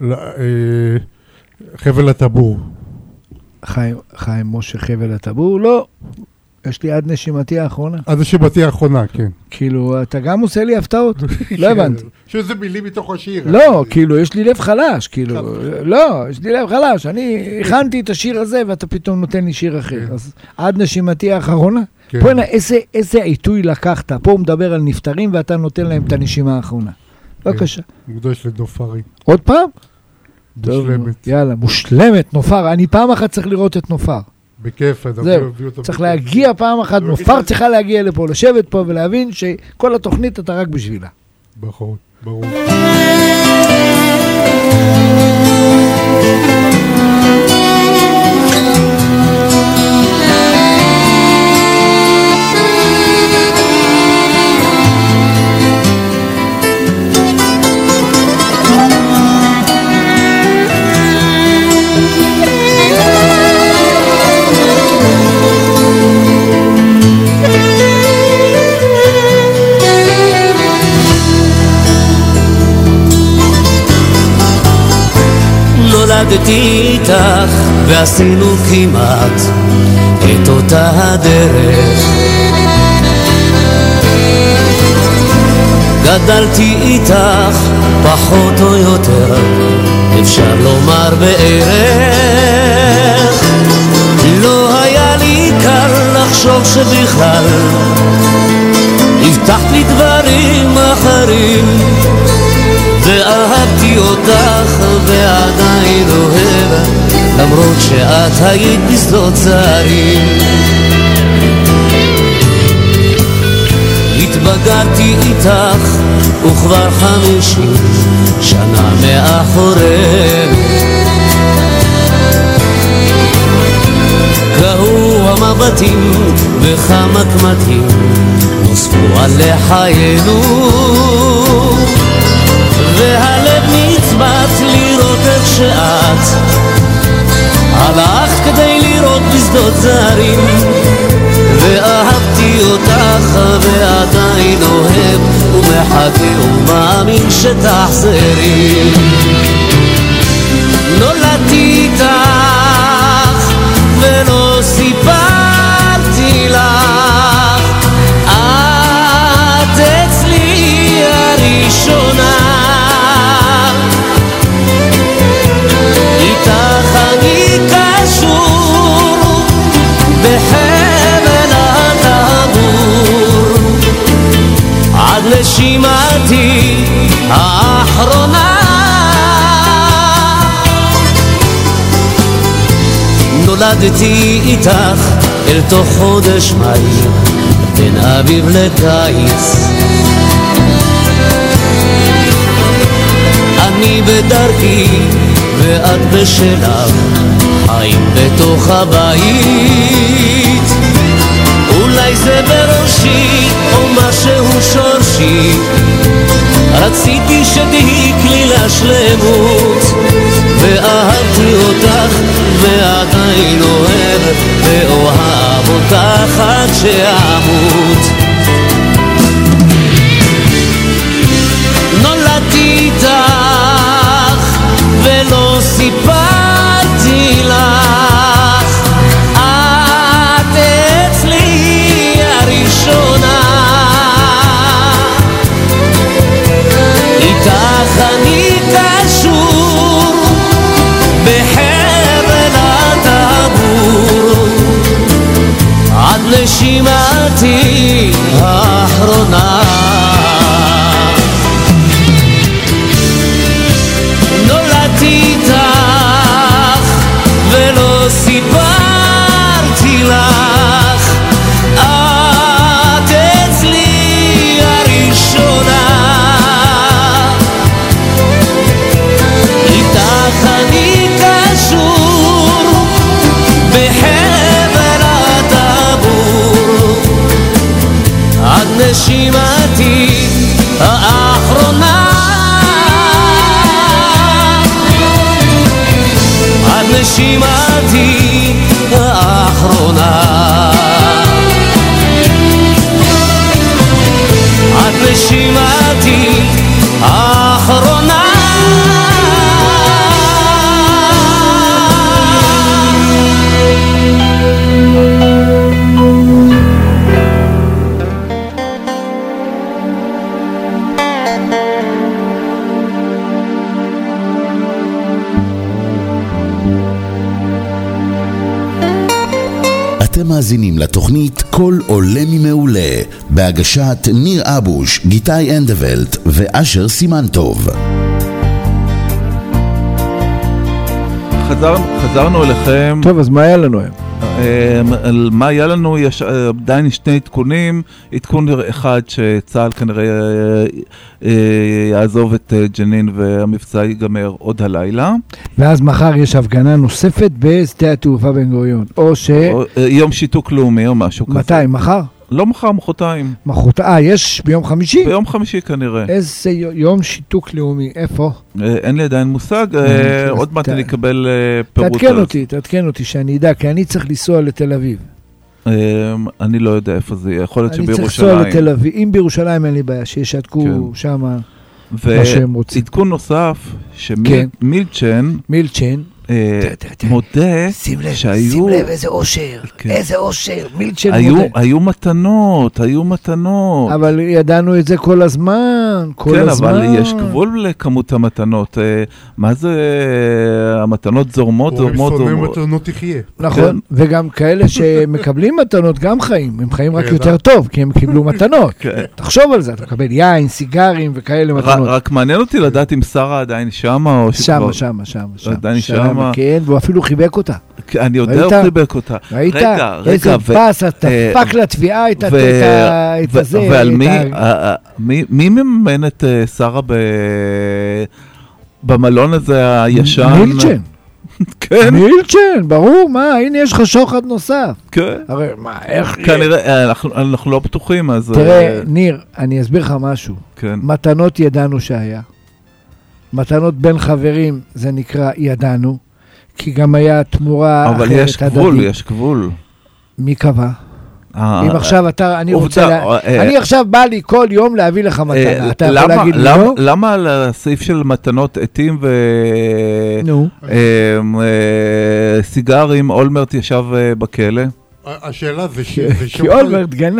Speaker 5: ל- אה, חבל הטבור.
Speaker 3: חיים, חיים משה חבל הטבור? לא. יש לי עד נשימתי האחרונה.
Speaker 5: עד השבתי האחרונה, כן.
Speaker 3: כאילו, אתה גם עושה לי הפתעות? לא הבנתי.
Speaker 5: שזה מילים מתוך השיר. אה,
Speaker 3: לא, כאילו, יש לי לב חלש, כאילו, לא, יש לי לב חלש, אני הכנתי את השיר הזה ואתה פתאום נותן לי שיר אחר. אז עד נשימתי האחרונה.
Speaker 5: כן.
Speaker 3: בוא'נה, איזה- איזה עיתוי לקחת, פה הוא מדבר על נפטרים ואתה נותן להם את הנשימה האחרונה. בבקשה.
Speaker 5: מוקדש לדופרי.
Speaker 3: עוד פעם? טוב,
Speaker 5: מושלמת.
Speaker 3: יאללה, מושלמת, נופר. אני פעם אחת צריך לראות את נופר.
Speaker 5: בכיף, אדם.
Speaker 3: זהו, צריך להגיע פעם אחת,
Speaker 5: לא,
Speaker 3: נופר
Speaker 5: בכלל-
Speaker 3: צריכה להגיע לפה, לשבת פה ולהבין שכל התוכנית אתה רק בשבילה.
Speaker 5: ברור, ברור.
Speaker 8: נולדתי איתך ועשינו כמעט את אותה הדרך. גדלתי איתך פחות או יותר, אפשר לומר בערך. לא היה לי קל לחשוב שבכלל הבטחת לי דברים אחרים ואהבתי אותך ועדיין אוהב למרות שאת היית בשדות זרים התבגרתי איתך וכבר חמישים שנה מאחורינו קהו המבטים וכמה קמטים נוספו על לחיינו והלב נצבט לראות איך שאת הלכת כדי לראות בשדות זרים ואהבתי אותך ועדיין אוהב ומחכה ומאמין שתחזרי נולדתי לא איתך ולא סיפרתי לך את אצלי הראשונה איתך אני קשור בחבל הטבור עד נשימתי האחרונה נולדתי איתך אל תוך חודש מאי בין אביב לקיץ אני בדרכי ואת בשלך חיים בתוך הבית אולי זה בראשי או משהו שורשי רציתי שתהיי כלילה שלמות ואהבתי אותך ועדיין אוהב ואוהב אותך עד שאמות נולדתי איתך ולא סיפרתי לך את אצלי הראשונה איתך אני קשור בחבל הטבור עד נשימתי האחרונה נולדתי איתך ולא סיפרתי לך את אצלי הראשונה איתך אני קשור בחבל הטבור
Speaker 1: אתם מאזינים לתוכנית "קול עולה ממעולה" בהגשת ניר אבוש, גיתי אנדוולט ואשר סימנטוב.
Speaker 4: חזר, חזרנו אליכם.
Speaker 3: טוב, אז מה היה לנו היום?
Speaker 4: אה, על מה היה לנו? יש אה, עדיין שני עדכונים. עדכון אחד שצה"ל כנראה אה, אה, יעזוב את אה, ג'נין והמבצע ייגמר עוד הלילה.
Speaker 3: ואז מחר יש הפגנה נוספת בשדה התעופה בן גוריון. או ש...
Speaker 4: או, אה, יום שיתוק לאומי או משהו כזה.
Speaker 3: כן. מתי? מחר?
Speaker 4: לא מחר, מחרתיים.
Speaker 3: מחרתיים. אה, יש ביום חמישי?
Speaker 4: ביום חמישי כנראה.
Speaker 3: איזה יו- יום שיתוק לאומי, איפה?
Speaker 4: אה, אין לי עדיין מושג, אה,
Speaker 3: אה,
Speaker 4: עוד מעט
Speaker 3: ת-
Speaker 4: אני אקבל אה, פירוט.
Speaker 3: תעדכן
Speaker 4: על-
Speaker 3: אותי, תעדכן אותי שאני אדע, כי אני צריך לנסוע לתל אביב.
Speaker 4: אה, אני לא יודע איפה זה יהיה, יכול להיות
Speaker 3: אני צריך לנסוע
Speaker 4: שבירושלים.
Speaker 3: לתל אביב. אם בירושלים אין לי בעיה, שישתקו
Speaker 4: כן.
Speaker 3: שם
Speaker 4: ו-
Speaker 3: מה שהם רוצים.
Speaker 4: עדכון נוסף,
Speaker 3: כן.
Speaker 4: שמילצ'ן אה,
Speaker 3: מילצ'ן. תה, תה, תה.
Speaker 4: מודה
Speaker 3: שים לב,
Speaker 4: שהיו-
Speaker 3: שים לב איזה אושר,
Speaker 4: כן.
Speaker 3: איזה אושר, מילצ'ן
Speaker 4: היו-
Speaker 3: מודה.
Speaker 4: היו מתנות, היו מתנות.
Speaker 3: כן, אבל ידענו את זה כל הזמן, כל
Speaker 4: כן,
Speaker 3: הזמן.
Speaker 4: אבל יש גבול לכמות המתנות. אה, מה זה אה, המתנות זורמות,
Speaker 5: אורי
Speaker 4: זורמות,
Speaker 5: שונא
Speaker 4: זורמות.
Speaker 5: מתנות תחיה.
Speaker 4: כן.
Speaker 3: נכון, וגם כאלה שמקבלים מתנות גם חיים, הם חיים רק
Speaker 5: כן,
Speaker 3: יותר טוב, כי הם קיבלו מתנות.
Speaker 4: אה. כן.
Speaker 3: תחשוב על זה, אתה מקבל יין, סיגרים וכאלה
Speaker 4: ר-
Speaker 3: מתנות.
Speaker 4: רק מעניין אותי לדעת אם שרה עדיין שמה או
Speaker 3: שמה, שמה, שמה, שמה.
Speaker 4: עדיין שמה.
Speaker 3: כן, והוא אפילו חיבק אותה.
Speaker 4: כי אני יודע
Speaker 3: ראית?
Speaker 4: הוא חיבק אותה.
Speaker 3: ראית?
Speaker 4: רגע, רגע.
Speaker 3: איזה
Speaker 4: ו-
Speaker 3: באס, אתה
Speaker 4: אה,
Speaker 3: דפק לתביעה את ה- את
Speaker 4: ו-
Speaker 3: ה- את
Speaker 4: ו-
Speaker 3: הזה.
Speaker 4: ועל
Speaker 3: את
Speaker 4: מי, אה,
Speaker 3: ה-
Speaker 4: ה- ה- מי- מי מממן את אה, שרה ב... במלון הזה הישן?
Speaker 3: מילצ'ן,
Speaker 4: כן,
Speaker 3: מילצ'ן, ברור, מה, הנה יש לך שוחד נוסף.
Speaker 4: כן.
Speaker 3: הרי מה, איך...
Speaker 4: כנראה, אה, אנחנו- אנחנו לא בטוחים, אז...
Speaker 3: תראה,
Speaker 4: אה,
Speaker 3: ניר, אני אסביר לך משהו.
Speaker 4: כן.
Speaker 3: מתנות ידענו שהיה. מתנות בין חברים, זה נקרא ידענו, כי גם היה תמורה
Speaker 4: אבל
Speaker 3: אחרת
Speaker 4: יש גבול,
Speaker 3: הדדית.
Speaker 4: יש גבול.
Speaker 3: מי קבע?
Speaker 4: אה,
Speaker 3: אם עכשיו אתה, אני רוצה...
Speaker 4: עובדה,
Speaker 3: לה-
Speaker 4: אה,
Speaker 3: אני עכשיו בא לי כל יום להביא לך מתנה,
Speaker 4: אה,
Speaker 3: אתה יכול
Speaker 4: למה-
Speaker 3: להגיד לי
Speaker 4: למה-
Speaker 3: לא?
Speaker 4: למה על הסעיף של מתנות עטים ו...
Speaker 3: נו.
Speaker 4: אה, אה, סיגרים, אולמרט ישב אה, בכלא?
Speaker 5: ה- השאלה זה ש... זה
Speaker 3: כן, כי
Speaker 5: שוחד-
Speaker 3: אולמרט גנב.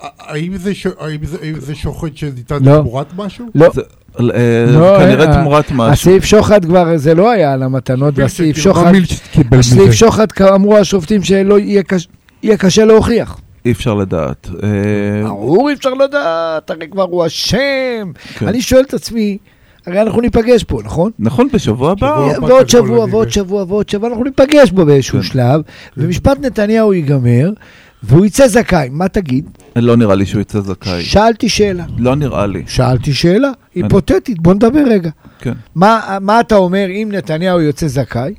Speaker 5: ה- האם זה ש- האם זה- האם זה שוחד שניתן
Speaker 3: לא.
Speaker 5: תמורת משהו?
Speaker 3: לא,
Speaker 4: זה- אה,
Speaker 3: לא,
Speaker 4: כנראה
Speaker 3: אה,
Speaker 4: תמורת משהו.
Speaker 3: הסעיף שוחד כבר, זה לא היה על המתנות,
Speaker 5: כן,
Speaker 3: והסעיף
Speaker 5: כאילו
Speaker 3: שוחד,
Speaker 5: מילצ'ט קיבל
Speaker 3: הסעיף
Speaker 5: מזה.
Speaker 3: שוחד, אמרו השופטים שלא יהיה קש- יהיה קשה להוכיח.
Speaker 4: אי אפשר לדעת. אה,
Speaker 3: ברור, אי אפשר לדעת, הרי כבר הוא אשם.
Speaker 4: כן.
Speaker 3: אני שואל את עצמי, הרי אנחנו ניפגש פה, נכון?
Speaker 4: נכון, בשבוע הבא.
Speaker 5: שבוע הבא.
Speaker 3: ועוד
Speaker 5: כזה כל
Speaker 3: שבוע,
Speaker 5: הנראה.
Speaker 3: ועוד שבוע, ועוד שבוע, אנחנו ניפגש בו באיזשהו
Speaker 4: כן.
Speaker 3: שלב, ומשפט נתניהו ייגמר, והוא יצא זכאי. מה תגיד?
Speaker 4: לא נראה לי שהוא יצא זכאי.
Speaker 3: שאלתי שאלה.
Speaker 4: לא נראה לי.
Speaker 3: שאלתי שאלה, היפותטית, בוא נדבר רגע.
Speaker 4: כן.
Speaker 3: מה מה אתה אומר אם נתניהו יוצא זכאי?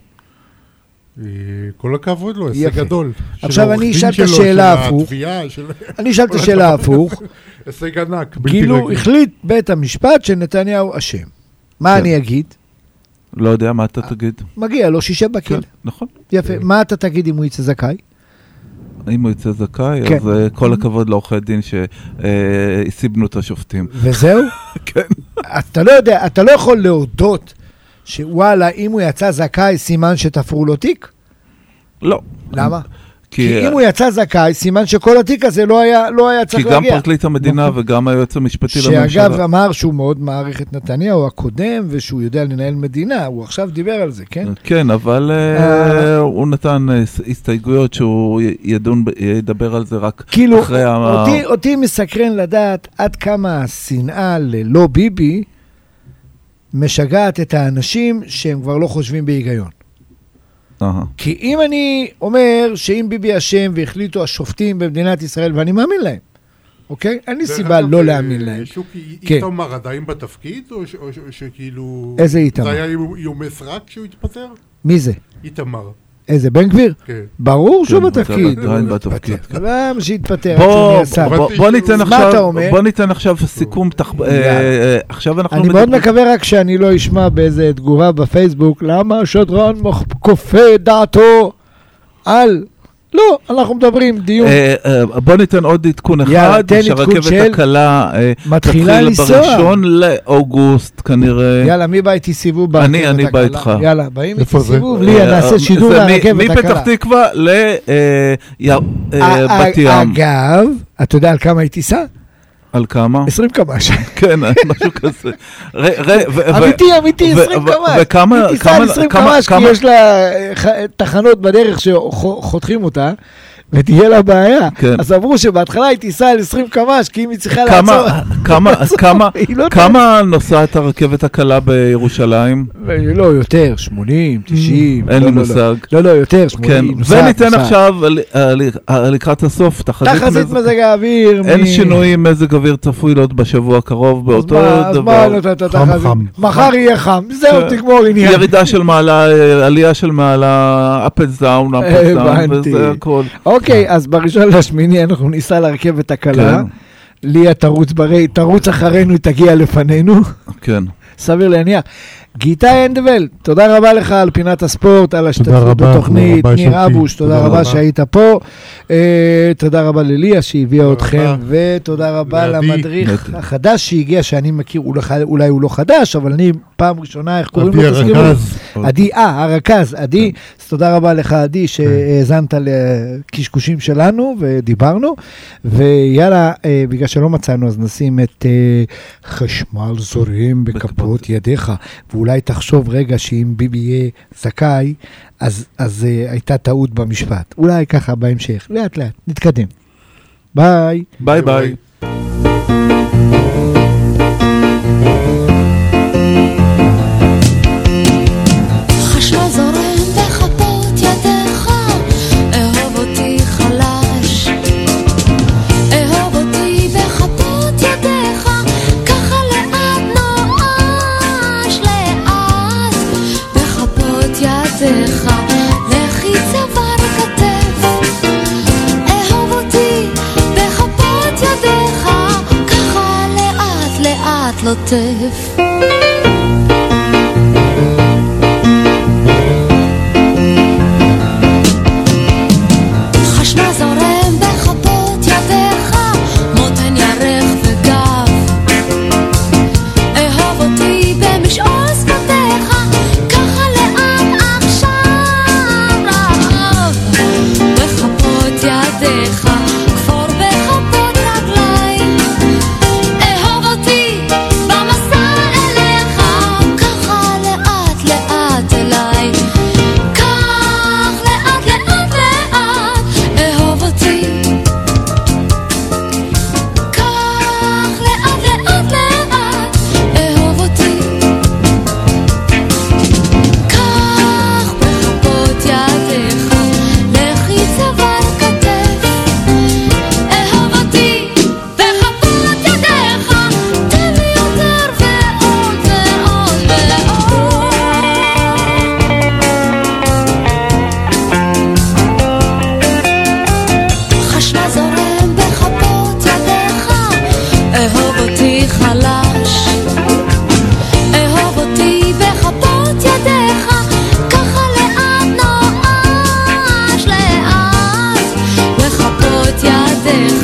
Speaker 5: אה, כל הכבוד לו, הישג
Speaker 3: יפה.
Speaker 5: גדול. של
Speaker 3: עכשיו
Speaker 5: העורך
Speaker 3: אני
Speaker 5: דין
Speaker 3: אשאל את
Speaker 5: שלו,
Speaker 3: השאלה
Speaker 5: של
Speaker 3: הפוך.
Speaker 5: התביעה, של-
Speaker 3: אני אשאל את השאלה הפוך.
Speaker 5: הישג ענק, בלתי
Speaker 3: כאילו
Speaker 5: רגיל.
Speaker 3: החליט בית המשפט שנתניהו אשם. מה
Speaker 4: כן.
Speaker 3: אני אגיד?
Speaker 4: לא יודע מה
Speaker 3: אה,
Speaker 4: אתה תגיד.
Speaker 3: מגיע לו שישה
Speaker 4: כן,
Speaker 3: בכלא.
Speaker 4: נכון.
Speaker 3: יפה. מה אתה תגיד אם הוא יצא זכאי?
Speaker 4: אם הוא יצא זכאי,
Speaker 3: כן.
Speaker 4: אז אה, כל הכבוד לעורכי דין שהסיבנו את השופטים.
Speaker 3: וזהו?
Speaker 4: כן.
Speaker 3: אתה לא יודע, אתה לא יכול להודות שוואלה, אם הוא יצא זכאי, סימן שתפרו לו תיק?
Speaker 4: לא.
Speaker 3: למה?
Speaker 4: כי
Speaker 3: כי אם הוא יצא זכאי, סימן שכל התיק הזה לא היה, לא היה
Speaker 4: כי
Speaker 3: צריך
Speaker 4: גם
Speaker 3: להגיע.
Speaker 4: פרקליט המדינה וגם היועץ המשפטי
Speaker 3: שאגב
Speaker 4: לממשלה.
Speaker 3: אמר שהוא מאוד מעריך את נתניהו הקודם ושהוא יודע לנהל מדינה, הוא עכשיו דיבר על זה, כן?
Speaker 4: כן, אבל אה, הוא נתן אה, ס- הסתייגויות שהוא י- ידון, ב- ידבר על זה רק
Speaker 3: כאילו,
Speaker 4: אחרי ה...
Speaker 3: אותי, אותי מסקרן לדעת עד כמה השנאה ללא ביבי משגעת את האנשים שהם כבר לא חושבים בהיגיון.
Speaker 4: אהה.
Speaker 3: כי אם אני אומר שאם ביבי אשם והחליטו השופטים במדינת ישראל, ואני מאמין להם, אוקיי? אין לי
Speaker 5: דרך
Speaker 3: סיבה
Speaker 5: אגב,
Speaker 3: לא
Speaker 5: אה,
Speaker 3: להאמין להם.
Speaker 5: שוקי,
Speaker 3: כן.
Speaker 5: איתמר עדיין בתפקיד, או ש- או ש- או שכאילו...
Speaker 3: איזה איתמר?
Speaker 5: זה היה איום- איומי סרק כשהוא התפטר?
Speaker 3: מי זה?
Speaker 5: איתמר,
Speaker 3: איזה, בן גביר?
Speaker 5: כן.
Speaker 3: ברור שהוא
Speaker 4: כן,
Speaker 3: בתפקיד.
Speaker 4: הוא עדיין בתפקיד, כן.
Speaker 3: למה שיתפטר? עד שהוא
Speaker 4: בוא,
Speaker 3: נהיה שר.
Speaker 4: בוא- בוא-
Speaker 5: אבל
Speaker 4: בוא ניתן
Speaker 3: מה אתה
Speaker 4: עכשיו,
Speaker 3: אומר?
Speaker 4: בוא ניתן עכשיו סיכום, תח- אה, אה, עכשיו אנחנו
Speaker 3: אני מאוד
Speaker 4: מדברים-
Speaker 3: מקווה רק שאני לא אשמע באיזה תגובה בפייסבוק, למה השדרן מח- כופה דעתו על... לא, אנחנו מדברים דיון.
Speaker 4: אה, אה, בוא ניתן עוד עדכון
Speaker 3: יאללה,
Speaker 4: אחד,
Speaker 3: תן עדכון של-
Speaker 4: שהרכבת הקלה אה,
Speaker 3: מתחילה
Speaker 4: תתחיל
Speaker 3: לנסוע.
Speaker 4: בראשון לאוגוסט כנראה.
Speaker 3: יאללה, מי בא איתי סיבוב?
Speaker 4: אני-
Speaker 3: ברכבת
Speaker 4: אני בא
Speaker 3: הקלה?
Speaker 4: איתך.
Speaker 3: יאללה, באים איתי
Speaker 5: איפה זה?
Speaker 3: סיבוב, לי,
Speaker 4: אה,
Speaker 3: נעשה
Speaker 4: אה,
Speaker 3: שידור
Speaker 4: זה מ-
Speaker 3: לרכבת הקלה. אה,
Speaker 4: מפתח תקווה אה, לבת
Speaker 3: א- א-
Speaker 4: אה, ים.
Speaker 3: אגב, אתה יודע על כמה היא תיסע?
Speaker 4: על כמה?
Speaker 3: 20 קמ"ש.
Speaker 4: כן, משהו כזה. ר- ר- ו- ו-
Speaker 3: אה, אמיתי, אמיתי,
Speaker 4: ו-
Speaker 3: 20
Speaker 4: ו-
Speaker 3: קמ"ש.
Speaker 4: וכמה-
Speaker 3: היא תיסע
Speaker 4: כמה-
Speaker 3: על 20
Speaker 4: כמה-
Speaker 3: קמ"ש, כי
Speaker 4: כמה-
Speaker 3: יש לה אה, ח- תחנות בדרך שחותכים אותה, ותהיה לה בעיה.
Speaker 4: כן.
Speaker 3: אז אמרו שבהתחלה היא תיסע על 20 קמ"ש, כי אם היא צריכה לעצור...
Speaker 4: כמה, אה, כמה, כמה,
Speaker 3: היא לא
Speaker 4: כמה נוסעת הרכבת הקלה בירושלים?
Speaker 3: לא, יותר, 80, 90.
Speaker 4: Mm. אין
Speaker 3: לא,
Speaker 4: לי
Speaker 3: לא, לא.
Speaker 4: מושג.
Speaker 3: לא, לא, יותר,
Speaker 4: כן,
Speaker 3: 80. נוסעת,
Speaker 4: וניתן
Speaker 3: נוסעת.
Speaker 4: עכשיו על- על- על- לקראת הסוף תחזית
Speaker 3: תחזית
Speaker 4: מזג-
Speaker 3: מזג האוויר. מ-
Speaker 4: אין שינוי מזג אוויר צפוי להיות בשבוע הקרוב
Speaker 3: אז
Speaker 4: באותו
Speaker 3: מה- אז מה לא
Speaker 4: דבר.
Speaker 3: נתת
Speaker 5: חם,
Speaker 3: תחזית?
Speaker 5: חם.
Speaker 3: מחר יהיה חם, זהו,
Speaker 4: כן.
Speaker 3: תגמור עניין.
Speaker 4: ירידה של מעלה, אה, עלייה של מעלה, up and down, up and down,
Speaker 3: אה, הבנתי.
Speaker 4: וזה הכל.
Speaker 3: אוקיי, אז בראשון לשמיני אנחנו ניסע לרכבת הקלה.
Speaker 4: כן.
Speaker 3: ליה תרוץ ברי, תרוץ אחרינו, היא תגיע לפנינו,
Speaker 4: כן.
Speaker 3: סביר להניח. גיטה הנדבל, תודה רבה לך על פינת הספורט, על השתתפות
Speaker 5: רבה,
Speaker 3: בתוכנית,
Speaker 5: תודה רבה,
Speaker 3: ניר
Speaker 5: שוקי.
Speaker 3: אבוש, תודה
Speaker 5: תודה
Speaker 3: רבה
Speaker 5: רבה.
Speaker 3: שהיית פה, אה, תודה רבה לליה שהביאה
Speaker 5: תודה
Speaker 3: אתכם,
Speaker 5: רבה.
Speaker 3: ותודה רבה
Speaker 5: לעדי.
Speaker 3: למדריך החדש שהגיע, שאני מכיר, הוא לח- אולי הוא לא חדש, אבל אני פעם ראשונה, איך קוראים
Speaker 5: עדי
Speaker 3: לו? תזכירו לי.
Speaker 5: הרכז,
Speaker 3: עדי, אה, הרכז, עדי, אז תודה רבה לך, עדי, שהאזנת לקשקושים שלנו ודיברנו, ויאללה, אה, בגלל שלא מצאנו, אז נשים את אה, חשמל זורם בכפות
Speaker 4: בכפות.
Speaker 3: ידיך, ואולי תחשוב רגע שאם ביבי יהיה זכאי, אז, אז אה, הייתה טעות במשפט. אולי ככה בהמשך, לאט לאט, נתקדם. ביי.
Speaker 4: ביי ביי.
Speaker 5: ביי.
Speaker 9: חשמל זורם בכפות ידיך, אהוב אותי חלש. אהוב אותי בכפות ידיך, ככה לאט נואש לאט. בכפות ידיך, לכי צוואר כתף. אהוב אותי בכפות ידיך, ככה לאט לאט לוטף. חשמל זורם בכפות ידיך, מותן ירך וגב. אהוב אותי במשעול שפתיך, ככה לאט עכשיו רעב. בכפות ידיך, כפור בכפות רגליים. אהוב אותי במסע אליך, ככה לאט לאט אליי. כך לאט לאט לאט אהוב אותי. כך לאט לאט לאט אהוב אותי. כך בכפות ידיך, לכי צוואר כתף. אהוב אותי בכפות ידיך, תן לי יותר ועוד ועוד ועוד. חשמל זורם בכפות ידיך, אהוב אותי חלש. אהוב אותי בכפות ידיך, ככה לאט נואש לאט. בכפות ידיך,